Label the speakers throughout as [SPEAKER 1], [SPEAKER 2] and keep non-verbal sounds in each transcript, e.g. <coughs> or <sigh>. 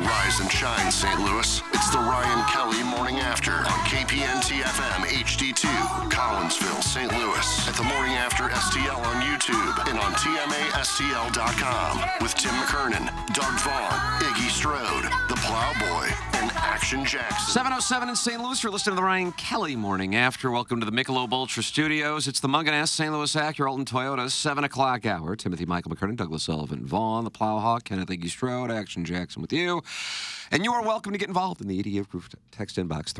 [SPEAKER 1] Rise and shine, St. Louis. It's the Ryan Kelly Morning After on KPNT FM HD2, Collinsville, St. Louis. At the Morning After STL on YouTube and on TMASTL.com with Tim McKernan, Doug Vaughn, Iggy Strode, The Plowboy, and Action Jackson.
[SPEAKER 2] 707 in St. Louis. You're listening to the Ryan Kelly Morning After. Welcome to the Michelob Ultra Studios. It's the Munganess St. Louis Acura Alton Toyota 7 o'clock hour. Timothy Michael McKernan, Douglas Sullivan Vaughn, the Plowhawk, Kenneth Iggy Strode, Action Jackson with you. And you are welcome to get involved in the EDF Group text inbox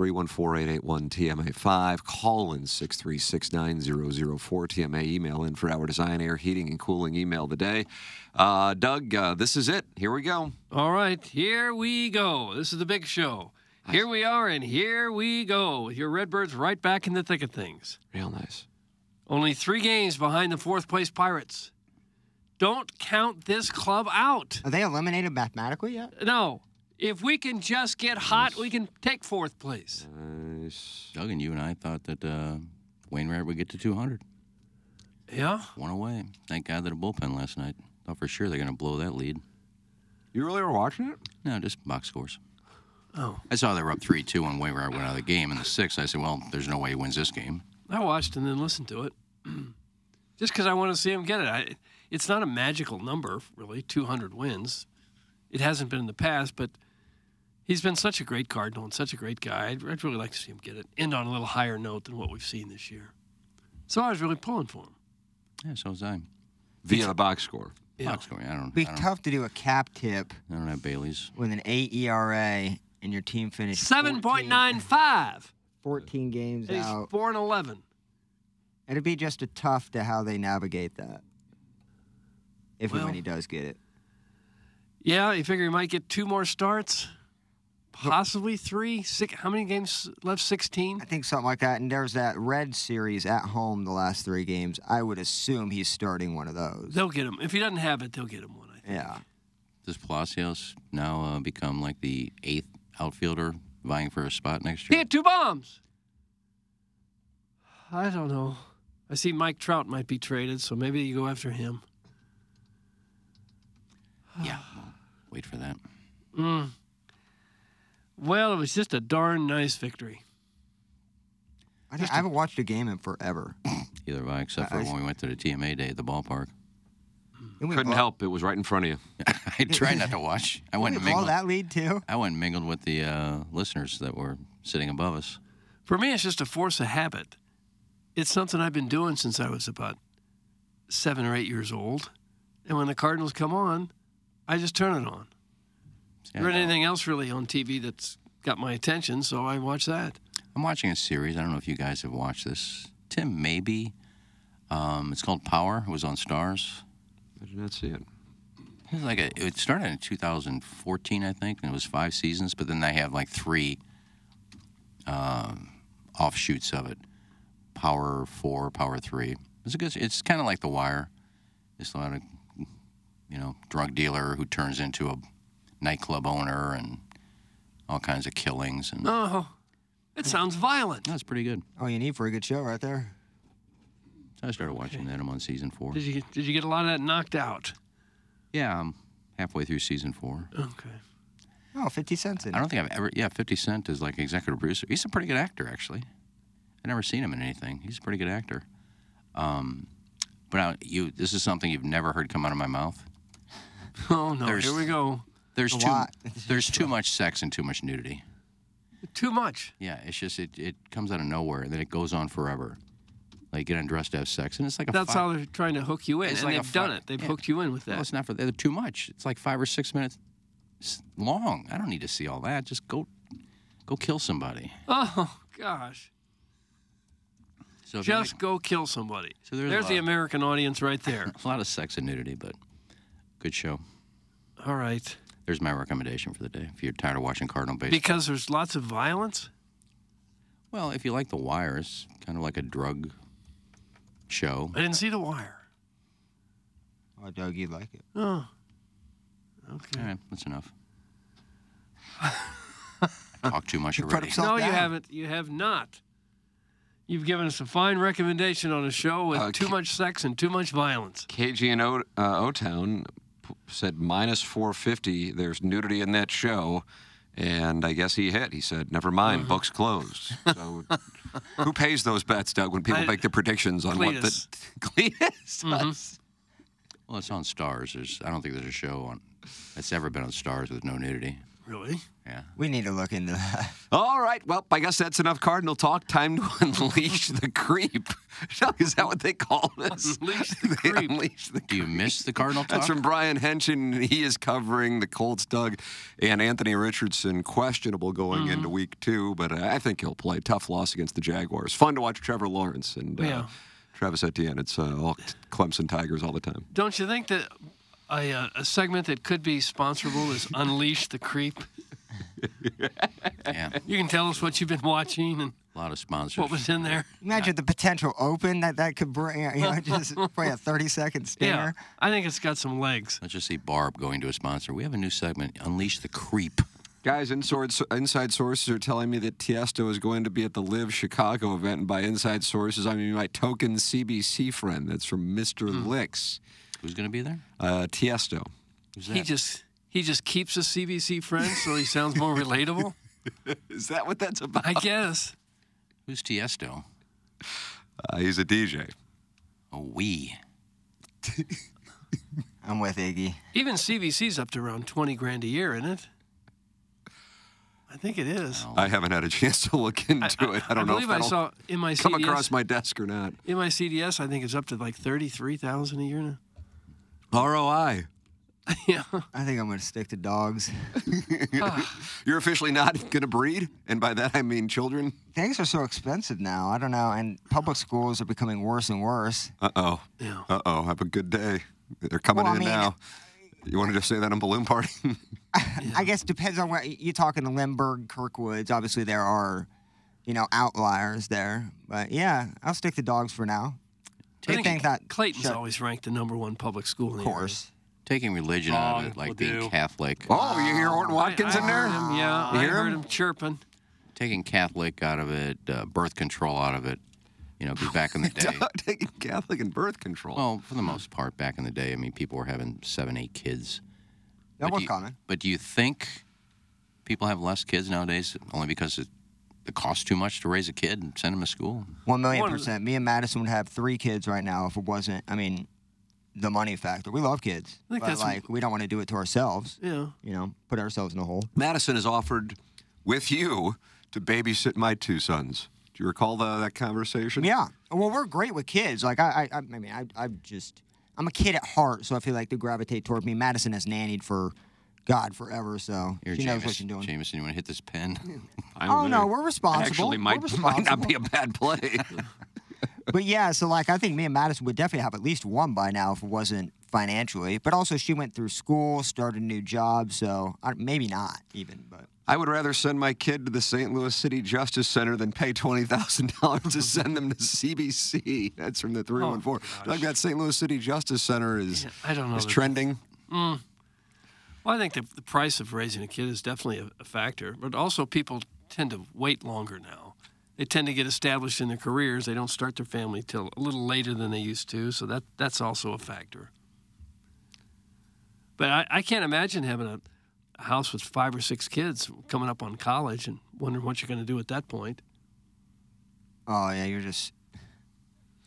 [SPEAKER 2] 314-881-TMA5. Call in 636-9004 TMA. Email in for our design, air, heating, and cooling email today. Uh, Doug, uh, this is it. Here we go.
[SPEAKER 3] All right, here we go. This is the big show. Here we are, and here we go. With your Redbirds right back in the thick of things.
[SPEAKER 2] Real nice.
[SPEAKER 3] Only three games behind the fourth place Pirates. Don't count this club out.
[SPEAKER 4] Are they eliminated mathematically yet?
[SPEAKER 3] No. If we can just get hot, we can take fourth place.
[SPEAKER 5] Doug and you and I thought that uh, Wainwright would get to 200.
[SPEAKER 3] Yeah?
[SPEAKER 5] One away. Thank God that a bullpen last night. Thought for sure they're going to blow that lead.
[SPEAKER 2] You really were watching it?
[SPEAKER 5] No, just box scores. Oh. I saw they were up 3 2 when Wainwright went out of the game in the sixth. I said, well, there's no way he wins this game.
[SPEAKER 3] I watched and then listened to it. <clears throat> Just because I want to see him get it. I, it's not a magical number, really, 200 wins. It hasn't been in the past, but he's been such a great Cardinal and such a great guy. I'd, I'd really like to see him get it, end on a little higher note than what we've seen this year. So I was really pulling for him.
[SPEAKER 5] Yeah, so was I.
[SPEAKER 2] Via the box score.
[SPEAKER 4] Oh.
[SPEAKER 5] Box scoring. I don't,
[SPEAKER 4] Be
[SPEAKER 5] I don't,
[SPEAKER 4] tough to do a cap tip
[SPEAKER 5] I don't have Bailey's.
[SPEAKER 4] with an eight ERA and your team finished 14
[SPEAKER 3] 7.95.
[SPEAKER 4] 14 games
[SPEAKER 3] He's
[SPEAKER 4] out.
[SPEAKER 3] 4 and 11.
[SPEAKER 4] It'd be just a tough to how they navigate that. If and
[SPEAKER 3] Well-
[SPEAKER 4] when he does get it.
[SPEAKER 3] Yeah, you figure he might get two more starts, possibly three. Six, how many games left? Sixteen.
[SPEAKER 4] I think something like that. And there's that red series at home the last three games. I would assume he's starting one of those.
[SPEAKER 3] They'll get him. If he doesn't have it, they'll get him one. I think.
[SPEAKER 4] Yeah.
[SPEAKER 5] Does Palacios now uh, become like the eighth outfielder vying for a spot next
[SPEAKER 3] He
[SPEAKER 5] year?
[SPEAKER 3] had two bombs. I don't know. I see Mike Trout might be traded, so maybe you go after him.
[SPEAKER 5] Yeah. Well, wait for that.
[SPEAKER 3] Well, it was just a darn nice victory.
[SPEAKER 4] I, don't- I haven't watched a game in forever.
[SPEAKER 5] Either of I, except for
[SPEAKER 4] I- I-
[SPEAKER 5] when we went to the TMA day at the ballpark. <laughs>
[SPEAKER 4] And we
[SPEAKER 2] Couldn't
[SPEAKER 4] blo-
[SPEAKER 2] help. It was right in front of you.
[SPEAKER 5] I tried not to watch.
[SPEAKER 4] <laughs>
[SPEAKER 5] I went
[SPEAKER 4] We
[SPEAKER 5] and
[SPEAKER 4] blow
[SPEAKER 5] mingled.
[SPEAKER 4] that lead too.
[SPEAKER 5] I went and mingled with the uh, listeners that were sitting above us.
[SPEAKER 3] For me, it's just a force of habit. It's something I've been doing since I was about seven or eight years old. And when the Cardinals come on, I just turn it on.
[SPEAKER 5] See, I
[SPEAKER 3] There
[SPEAKER 5] don't-
[SPEAKER 3] isn't anything else really on TV that's got my attention, so I watch that.
[SPEAKER 5] I'm watching a series. I don't know if you guys have watched this. Tim, maybe. Um, it's called Power. It was on Stars.
[SPEAKER 2] I did not see it.
[SPEAKER 5] It was like a, it started in 2014, I think, and it was five seasons. But then they have like three um, offshoots of it: Power Four, Power Three. It's a good. It's kind of like The Wire. It's about a you know drug dealer who turns into a nightclub owner and all kinds of killings. And no,
[SPEAKER 3] Oh, it sounds violent.
[SPEAKER 5] it's pretty good.
[SPEAKER 4] All Oh, you need for a good show, right there.
[SPEAKER 5] So I started watching that. I'm on season four.
[SPEAKER 3] Did you did you get a lot of that knocked out?
[SPEAKER 5] Yeah, I'm halfway through season four.
[SPEAKER 3] Okay.
[SPEAKER 4] Oh, 50 cents in.
[SPEAKER 5] I
[SPEAKER 4] it.
[SPEAKER 5] don't think I've ever. Yeah, Fifty Cent is like executive producer. He's a pretty good actor, actually. I never seen him in anything. He's a pretty good actor. Um, but now you, this is something you've never heard come out of my mouth.
[SPEAKER 3] Oh no,
[SPEAKER 5] There's-
[SPEAKER 3] here we go.
[SPEAKER 5] There's
[SPEAKER 4] a
[SPEAKER 5] too
[SPEAKER 4] lot. <laughs>
[SPEAKER 5] there's too much sex and too much nudity.
[SPEAKER 3] Too much.
[SPEAKER 5] Yeah, it's just it, it comes out of nowhere and then it goes on forever. Like get undressed to have sex and it's like a
[SPEAKER 3] That's
[SPEAKER 5] fi-
[SPEAKER 3] how they're trying to hook you in,
[SPEAKER 5] It's
[SPEAKER 3] and
[SPEAKER 5] like a
[SPEAKER 3] they've done
[SPEAKER 5] fi-
[SPEAKER 3] it. They've
[SPEAKER 5] yeah.
[SPEAKER 3] hooked you in with
[SPEAKER 5] No,
[SPEAKER 3] that.
[SPEAKER 5] it's not for they're too much. It's like five or six minutes s- long. I don't need to see all that. Just go go kill somebody.
[SPEAKER 3] oh gosh,
[SPEAKER 5] So if you
[SPEAKER 3] just
[SPEAKER 5] like-
[SPEAKER 3] go kill somebody.
[SPEAKER 5] So there's
[SPEAKER 3] there's
[SPEAKER 5] a
[SPEAKER 3] the
[SPEAKER 5] lot.
[SPEAKER 3] American audience right
[SPEAKER 5] <laughs>
[SPEAKER 3] there.
[SPEAKER 5] a lot of sex and nudity, but good show.
[SPEAKER 3] All right,
[SPEAKER 5] There's my recommendation for the day. If you're tired of watching Cardinal baseball,
[SPEAKER 3] because there's lots of violence.
[SPEAKER 5] well, if you like The Wire, it's kind of like a drug show.
[SPEAKER 3] I didn't see The Wire.
[SPEAKER 4] Oh, Doug, you'd like it.
[SPEAKER 3] Oh, okay.
[SPEAKER 5] All right, that's
[SPEAKER 3] <laughs>
[SPEAKER 5] enough. I talked too much
[SPEAKER 4] He put
[SPEAKER 5] already.
[SPEAKER 4] himself-
[SPEAKER 3] No, you
[SPEAKER 4] down.
[SPEAKER 3] haven't. You have not. You've given us a fine recommendation on a show with
[SPEAKER 2] Uh,
[SPEAKER 3] too
[SPEAKER 2] K-
[SPEAKER 3] much sex and too much violence.
[SPEAKER 2] KG and O uh, Town said minus 450. There's nudity in that show. And I guess he hit. He said, never mind,
[SPEAKER 3] Uh-huh.
[SPEAKER 2] book's closed. So <laughs> who pays those bets, Doug, when people
[SPEAKER 3] I-
[SPEAKER 2] make their predictions on what
[SPEAKER 3] Cletus.
[SPEAKER 2] the. <laughs> Cletus does?
[SPEAKER 5] Well, it's on Stars. There's, I don't think there's a show on that's ever been on Stars with no nudity.
[SPEAKER 3] Really?
[SPEAKER 5] Yeah.
[SPEAKER 4] We need to look into that.
[SPEAKER 2] All right. Well, I guess that's enough Cardinal talk. Time to <laughs> unleash the creep. <laughs> Doug, Is that what they call this?
[SPEAKER 3] Unleash the
[SPEAKER 2] They <laughs>
[SPEAKER 3] creep.
[SPEAKER 2] unleash the
[SPEAKER 5] Do you miss the Cardinal talk?
[SPEAKER 2] That's from Brian Henson. He is covering the Colts, Doug, and Anthony Richardson, questionable going
[SPEAKER 3] Mm-hmm.
[SPEAKER 2] into week two, but uh, I think he'll play. Tough loss against the Jaguars. Fun to watch Trevor Lawrence and uh,
[SPEAKER 3] Yeah.
[SPEAKER 2] Travis Etienne. It's uh, all Clemson Tigers all the time.
[SPEAKER 3] Don't you think that a, uh, a segment that could be sponsorable is Unleash the Creep?
[SPEAKER 5] yeah.
[SPEAKER 3] You can tell us what you've been watching and
[SPEAKER 5] A lot of sponsors.
[SPEAKER 3] what was
[SPEAKER 2] <laughs>
[SPEAKER 3] in there.
[SPEAKER 4] Imagine the potential open that that could bring. You know, just probably a 30 second
[SPEAKER 3] Yeah,
[SPEAKER 4] stinger.
[SPEAKER 3] I think it's got some legs.
[SPEAKER 5] Let's just see Barb going to a sponsor. We have a new segment, Unleash the Creep.
[SPEAKER 2] Guys, inside, inside sources are telling me that Tiesto is going to be at the Live Chicago event, and by inside sources, I mean my token CBC friend. That's from Mr.
[SPEAKER 3] Mm.
[SPEAKER 2] Licks,
[SPEAKER 5] Who's going to be there?
[SPEAKER 2] uh, Tiesto.
[SPEAKER 5] Who's
[SPEAKER 3] He just he just keeps his CBC friends so he sounds more relatable.
[SPEAKER 2] Is that what that's about? <laughs>
[SPEAKER 3] I guess.
[SPEAKER 5] Who's Tiesto?
[SPEAKER 2] Uh, he's a DJ.
[SPEAKER 5] Oh, we.
[SPEAKER 4] I'm with Iggy.
[SPEAKER 3] Even CBC's up to around twenty grand a year, isn't it? I think it is.
[SPEAKER 2] I haven't had a <laughs> chance to look into it. I don't know
[SPEAKER 3] believe
[SPEAKER 2] if
[SPEAKER 3] I
[SPEAKER 2] that'll
[SPEAKER 3] saw E in my
[SPEAKER 2] come
[SPEAKER 3] CDS,
[SPEAKER 2] across my desk or not.
[SPEAKER 3] in my CDS. I think it's up to like thirty-three thousand a year now. <laughs>
[SPEAKER 2] ROI.
[SPEAKER 3] yeah,
[SPEAKER 4] I think I'm going to stick to dogs.
[SPEAKER 2] You're officially not <laughs> going to breed, and by that I mean children.
[SPEAKER 4] Things are so expensive now. I don't know. And public schools are becoming worse and worse.
[SPEAKER 2] Uh oh.
[SPEAKER 3] Yeah.
[SPEAKER 2] Uh oh. Have a good day. They're coming
[SPEAKER 4] Well, I
[SPEAKER 2] in
[SPEAKER 4] mean-
[SPEAKER 2] now. You want to just say that on balloon party? <laughs>
[SPEAKER 4] I guess depends on what you're talking to Lindbergh, Kirkwoods. Obviously, there are, you know, outliers there. But yeah, I'll stick to dogs for now.
[SPEAKER 3] I
[SPEAKER 4] Good thing that
[SPEAKER 3] Clayton's
[SPEAKER 4] shut-
[SPEAKER 3] always ranked the number one public school. in the
[SPEAKER 4] of
[SPEAKER 3] area.
[SPEAKER 4] course.
[SPEAKER 5] Taking religion out of
[SPEAKER 6] Wrong
[SPEAKER 5] it, like
[SPEAKER 6] will
[SPEAKER 5] being
[SPEAKER 6] do.
[SPEAKER 5] Catholic.
[SPEAKER 2] oh, you hear Orton
[SPEAKER 3] I-
[SPEAKER 2] Watkins
[SPEAKER 3] I
[SPEAKER 2] in there?
[SPEAKER 3] heard him, yeah,
[SPEAKER 2] You
[SPEAKER 3] I
[SPEAKER 2] hear
[SPEAKER 3] heard
[SPEAKER 2] him?
[SPEAKER 3] him chirping.
[SPEAKER 5] Taking Catholic out of it, uh, birth control out of it. You know, 'cause back in the day.
[SPEAKER 2] <laughs> Taking Catholic and birth control.
[SPEAKER 5] Well, for the most part, back in the day, I mean, people were having seven, eight kids.
[SPEAKER 4] No
[SPEAKER 5] But
[SPEAKER 4] more
[SPEAKER 5] do you-
[SPEAKER 4] coming.
[SPEAKER 5] But do you think people have less kids nowadays only because it, it costs too much to raise a kid and send them to school?
[SPEAKER 4] One million
[SPEAKER 3] One of the-
[SPEAKER 4] percent. Me and Madison would have three kids right now if it wasn't. I mean, the money factor. We love kids,
[SPEAKER 3] I think
[SPEAKER 4] but
[SPEAKER 3] that's-
[SPEAKER 4] like we don't want to do it to ourselves.
[SPEAKER 3] Yeah.
[SPEAKER 4] You know, put ourselves in a hole.
[SPEAKER 2] Madison is offered with you to babysit my two sons. Do you recall the, that conversation?
[SPEAKER 4] Yeah. Well, we're great with kids. Like I, I, I mean, I, I just, I'm a kid at heart, so I feel like they gravitate toward me. Madison has nannied for, God, forever, so
[SPEAKER 5] Here,
[SPEAKER 4] she knows what
[SPEAKER 5] Jameis-
[SPEAKER 4] she's doing.
[SPEAKER 5] Jameson, you want to hit this pen?
[SPEAKER 2] I'm
[SPEAKER 4] Oh no,
[SPEAKER 2] there.
[SPEAKER 4] we're responsible.
[SPEAKER 2] Actually,
[SPEAKER 4] We're
[SPEAKER 2] might, might not be a
[SPEAKER 4] responsible.
[SPEAKER 2] bad play.
[SPEAKER 4] <laughs> But yeah, so like I think me and Madison would definitely have at least one by now if it wasn't financially. But also, she went through school, started a new job, so I, maybe not even. But
[SPEAKER 2] I would rather send my kid to the St. Louis City Justice Center than pay
[SPEAKER 3] <laughs>
[SPEAKER 2] $20,000 to send them to CBC. That's from the 314. Doug, that St. Louis City Justice Center is,
[SPEAKER 3] Oh, I don't know
[SPEAKER 2] is
[SPEAKER 3] that-
[SPEAKER 2] trending.
[SPEAKER 3] Well, I think the, the price of raising a kid is definitely a, a factor, but also people tend to wait longer now. They tend to get established in their careers. They don't start their family till a little later than they used to, so that that's also a factor. But I, I can't imagine having a, a house with five or six kids coming up on college and wondering what you're going to do at that point.
[SPEAKER 4] oh yeah, you're just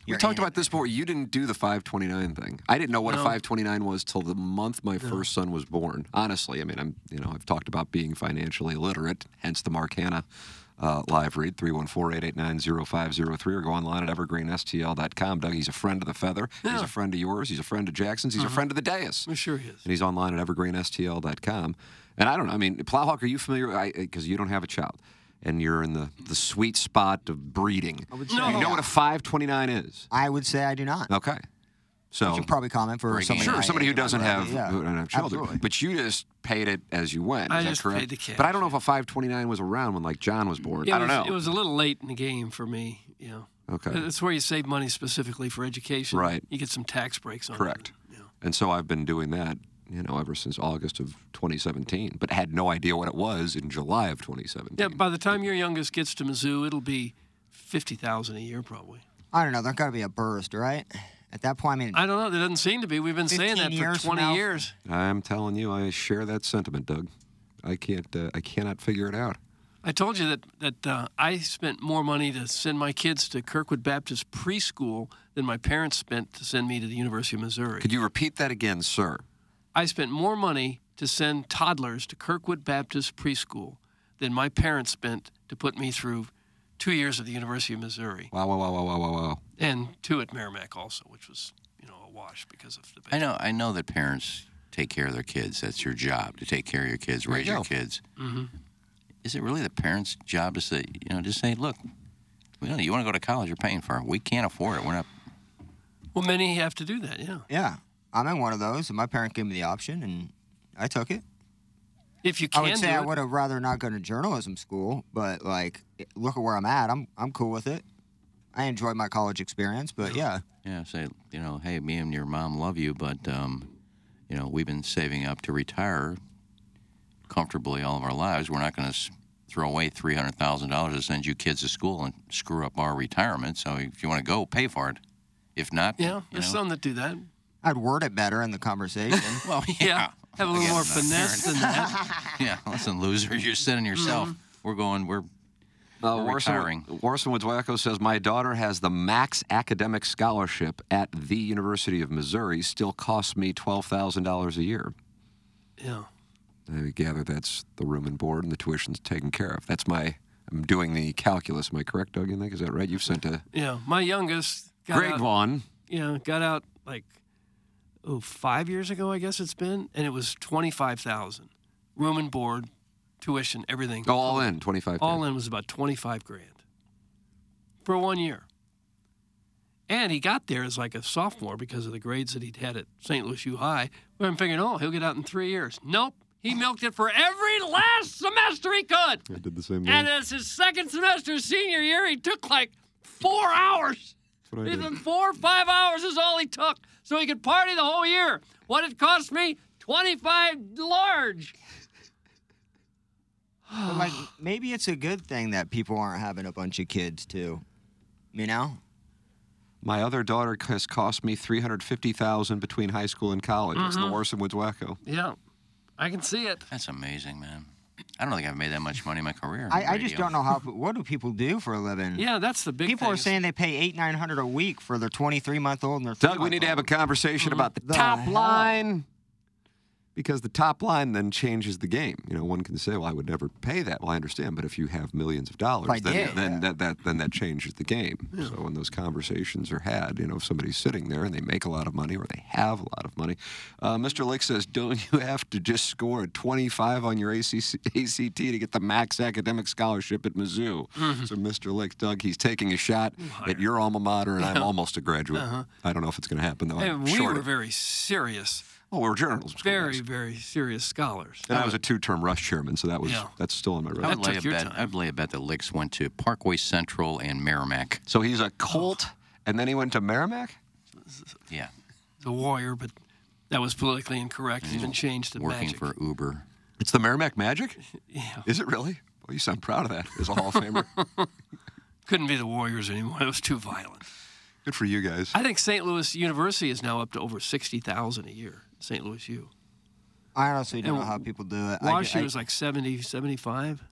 [SPEAKER 2] We
[SPEAKER 4] your
[SPEAKER 2] talked
[SPEAKER 4] aunt.
[SPEAKER 2] about this before. You didn't do the 529 thing. I didn't know what a
[SPEAKER 3] No.
[SPEAKER 2] 529 was till the month my first son was born. Honestly, I mean, I'm you know I've talked about being financially illiterate, hence the Mark Hanna uh, live read 314-889-0503 or go online at evergreenstl.com. Doug, he's a friend of the feather. He's a friend of yours. He's a friend of Jackson's. He's a friend of the dais.
[SPEAKER 3] I'm sure he is.
[SPEAKER 2] and he's online at evergreenstl.com. And I don't know. I mean, Plowhawk, are you familiar? Because you don't have a child, and you're in the, the sweet spot of breeding. I
[SPEAKER 4] would say-
[SPEAKER 2] You know what a 529 is.
[SPEAKER 4] I would say I do not.
[SPEAKER 2] Okay. So
[SPEAKER 4] Should probably comment for
[SPEAKER 5] Breaking
[SPEAKER 4] somebody.
[SPEAKER 2] sure,
[SPEAKER 4] my
[SPEAKER 2] Oh. somebody who
[SPEAKER 4] age or
[SPEAKER 2] doesn't
[SPEAKER 4] whatever,
[SPEAKER 2] have,
[SPEAKER 4] yeah.
[SPEAKER 2] who don't have children,
[SPEAKER 4] Absolutely.
[SPEAKER 2] but you just paid it as you went.
[SPEAKER 3] I
[SPEAKER 2] is
[SPEAKER 3] just
[SPEAKER 2] that correct?
[SPEAKER 3] paid the cash,
[SPEAKER 2] But I don't know if a 529 was around when like John was born.
[SPEAKER 3] Yeah,
[SPEAKER 2] I don't
[SPEAKER 3] it was,
[SPEAKER 2] know.
[SPEAKER 3] It was a little late in the game for me. You know.
[SPEAKER 2] Okay.
[SPEAKER 3] That's where you save money specifically for education.
[SPEAKER 2] Right.
[SPEAKER 3] You get some tax breaks on it.
[SPEAKER 2] correct.
[SPEAKER 3] Yeah.
[SPEAKER 2] And so I've been doing that, you know, ever since August of 2017, but had no idea what it was in July of 2017.
[SPEAKER 3] Yeah, by the time your youngest gets to Mizzou, it'll be fifty thousand a year probably.
[SPEAKER 4] I don't know. There's got to be a burst, right? At that point, I mean,
[SPEAKER 3] I don't know. There doesn't seem to be. We've been saying
[SPEAKER 4] 15
[SPEAKER 3] that
[SPEAKER 4] years
[SPEAKER 3] for
[SPEAKER 4] from
[SPEAKER 3] twenty
[SPEAKER 4] now.
[SPEAKER 3] years.
[SPEAKER 2] I'm telling you, I share that sentiment, Doug. I can't, uh, I cannot figure it out.
[SPEAKER 3] I told you that that uh, I spent more money to send my kids to Kirkwood Baptist preschool than my parents spent to send me to the University of Missouri.
[SPEAKER 2] Could you repeat that again, sir?
[SPEAKER 3] I spent more money to send toddlers to Kirkwood Baptist preschool than my parents spent to put me through two years at the University of Missouri
[SPEAKER 2] Wow, wow, wow, wow, wow, wow, wow.
[SPEAKER 3] and two at Merrimack also, which was you know a wash because of the.
[SPEAKER 5] I know. I know that parents take care of their kids. That's your job to take care of your kids, raise
[SPEAKER 2] go.
[SPEAKER 5] your kids. Mm-hmm. Is it really the parents' job to say, you know, just say, look, you, know, you want to go to college? You're paying for it. We can't afford it. We're not.
[SPEAKER 3] Well, many have to do that. Yeah,
[SPEAKER 4] yeah, I'm in one of those, and my parent gave me the option, and I took it.
[SPEAKER 3] if you
[SPEAKER 4] I
[SPEAKER 3] can
[SPEAKER 4] would say
[SPEAKER 3] do
[SPEAKER 4] I
[SPEAKER 3] it.
[SPEAKER 4] would have rather not gone to journalism school, but like, look at where I'm at. I'm I'm cool with it. I enjoyed my college experience, but yeah,
[SPEAKER 5] Yeah, say, you know, hey, me and your mom love you, but, um, you know, we've been saving up to retire comfortably all of our lives. We're not going to throw away three hundred thousand dollars to send you kids to school and screw up our retirement. So if you want to go, pay for it. If not,
[SPEAKER 3] Yeah,
[SPEAKER 5] you
[SPEAKER 3] there's
[SPEAKER 5] know,
[SPEAKER 3] some that do that.
[SPEAKER 4] I'd word it better in the conversation.
[SPEAKER 5] well, yeah.
[SPEAKER 3] <laughs> Yeah, have a little
[SPEAKER 5] Again,
[SPEAKER 3] more
[SPEAKER 5] I'm not
[SPEAKER 3] finesse than that.
[SPEAKER 5] yeah, listen, loser, you're sitting yourself.
[SPEAKER 3] Mm-hmm.
[SPEAKER 5] We're going. We're
[SPEAKER 2] Uh,
[SPEAKER 5] We're
[SPEAKER 2] Warson,
[SPEAKER 5] retiring.
[SPEAKER 2] Warson Wadwacko says, My daughter has the max academic scholarship at the University of Missouri, still costs me $12,000 a year.
[SPEAKER 3] Yeah.
[SPEAKER 2] I gather that's the room and board and the tuition's taken care of. That's my, I'm doing the calculus. Am I correct, Doug? You think? Is that right? You've sent a
[SPEAKER 3] Yeah, my youngest got
[SPEAKER 2] grade
[SPEAKER 3] out,
[SPEAKER 2] one.
[SPEAKER 3] you know, got out like oh five years ago, I guess it's been, and it was twenty five thousand, room and board, tuition, everything.
[SPEAKER 2] Oh, all in, 25.
[SPEAKER 3] All in was about twenty five grand for one year. And he got there as like a sophomore because of the grades that he'd had at St. Louis U High. Where I'm thinking, oh, he'll get out in three years. Nope. He milked it for every last semester he could.
[SPEAKER 2] I did the same
[SPEAKER 3] And it's his second semester senior year. He took like four hours. Even four or five hours is all he took. So he could party the whole year. What it cost me? 25 large.
[SPEAKER 4] But, like, maybe it's a good thing that people aren't having a bunch of kids too. You know,
[SPEAKER 2] My other daughter has cost me 350000 between high school and college. It's
[SPEAKER 3] Mm-hmm.
[SPEAKER 2] the Warson Wadwacko.
[SPEAKER 3] Yeah. I can see it.
[SPEAKER 5] That's amazing, man. I don't think I've made that much money in my career. in
[SPEAKER 4] I, I just
[SPEAKER 5] radio.
[SPEAKER 4] don't know how. What do people do for a living?
[SPEAKER 3] Yeah, that's the big
[SPEAKER 4] People
[SPEAKER 3] thing.
[SPEAKER 4] are saying they pay eight nine hundred a week for their twenty three month old and their.
[SPEAKER 2] Doug, we
[SPEAKER 4] 3-month-old.
[SPEAKER 2] need to have a conversation about the,
[SPEAKER 4] Mm-hmm. The
[SPEAKER 2] top
[SPEAKER 4] hell?
[SPEAKER 2] line because the top line then changes the game. You know, one can say, "Well, I would never pay that." Well, I understand, but if you have millions of dollars,
[SPEAKER 4] I
[SPEAKER 2] then,
[SPEAKER 4] did,
[SPEAKER 2] then
[SPEAKER 4] yeah.
[SPEAKER 2] that, that then that changes the game. So when those conversations are had, you know, if somebody's sitting there and they make a lot of money or they have a lot of money, uh, Mr. Lick says, "Don't you have to just score a 25 on your ACC, ACT to get the max academic scholarship at Mizzou?"
[SPEAKER 3] Mm-hmm.
[SPEAKER 2] So Mr. Lick, Doug, he's taking a shot at your alma mater, and I'm almost a graduate. I don't know if it's going to happen though. I'm
[SPEAKER 3] Uh-huh. And we
[SPEAKER 2] sure
[SPEAKER 3] were
[SPEAKER 2] it-
[SPEAKER 3] very serious,
[SPEAKER 2] well, we're journalism. school
[SPEAKER 3] very,
[SPEAKER 2] guys.
[SPEAKER 3] very serious scholars.
[SPEAKER 2] And I was a two-term rush chairman, so that was
[SPEAKER 3] Yeah.
[SPEAKER 2] that's still on my
[SPEAKER 5] I
[SPEAKER 2] resume.
[SPEAKER 5] would
[SPEAKER 3] That
[SPEAKER 5] lay
[SPEAKER 3] took
[SPEAKER 5] a
[SPEAKER 3] your
[SPEAKER 5] bet.
[SPEAKER 3] time.
[SPEAKER 5] I'd lay a bet that Licks went to Parkway Central and Merrimack.
[SPEAKER 2] So he's a Colt, and then he went to Merrimack.
[SPEAKER 5] Yeah,
[SPEAKER 3] The warrior, but that was politically incorrect. It's
[SPEAKER 2] Mm-hmm.
[SPEAKER 3] been changed to
[SPEAKER 5] working
[SPEAKER 3] magic.
[SPEAKER 5] for Uber.
[SPEAKER 2] It's the Merrimack Magic. Yeah. Is it really? Well, you sound proud of that as a Hall of
[SPEAKER 3] <laughs>
[SPEAKER 2] Famer.
[SPEAKER 3] Couldn't be the warriors anymore. It was too violent.
[SPEAKER 2] Good for you guys.
[SPEAKER 3] I think St. Louis University is now up to over 60,000 a year, St. Louis U.
[SPEAKER 4] I honestly don't
[SPEAKER 3] And
[SPEAKER 4] know how people do it. I ju-
[SPEAKER 3] Last year
[SPEAKER 4] I-
[SPEAKER 3] was like 70, 75.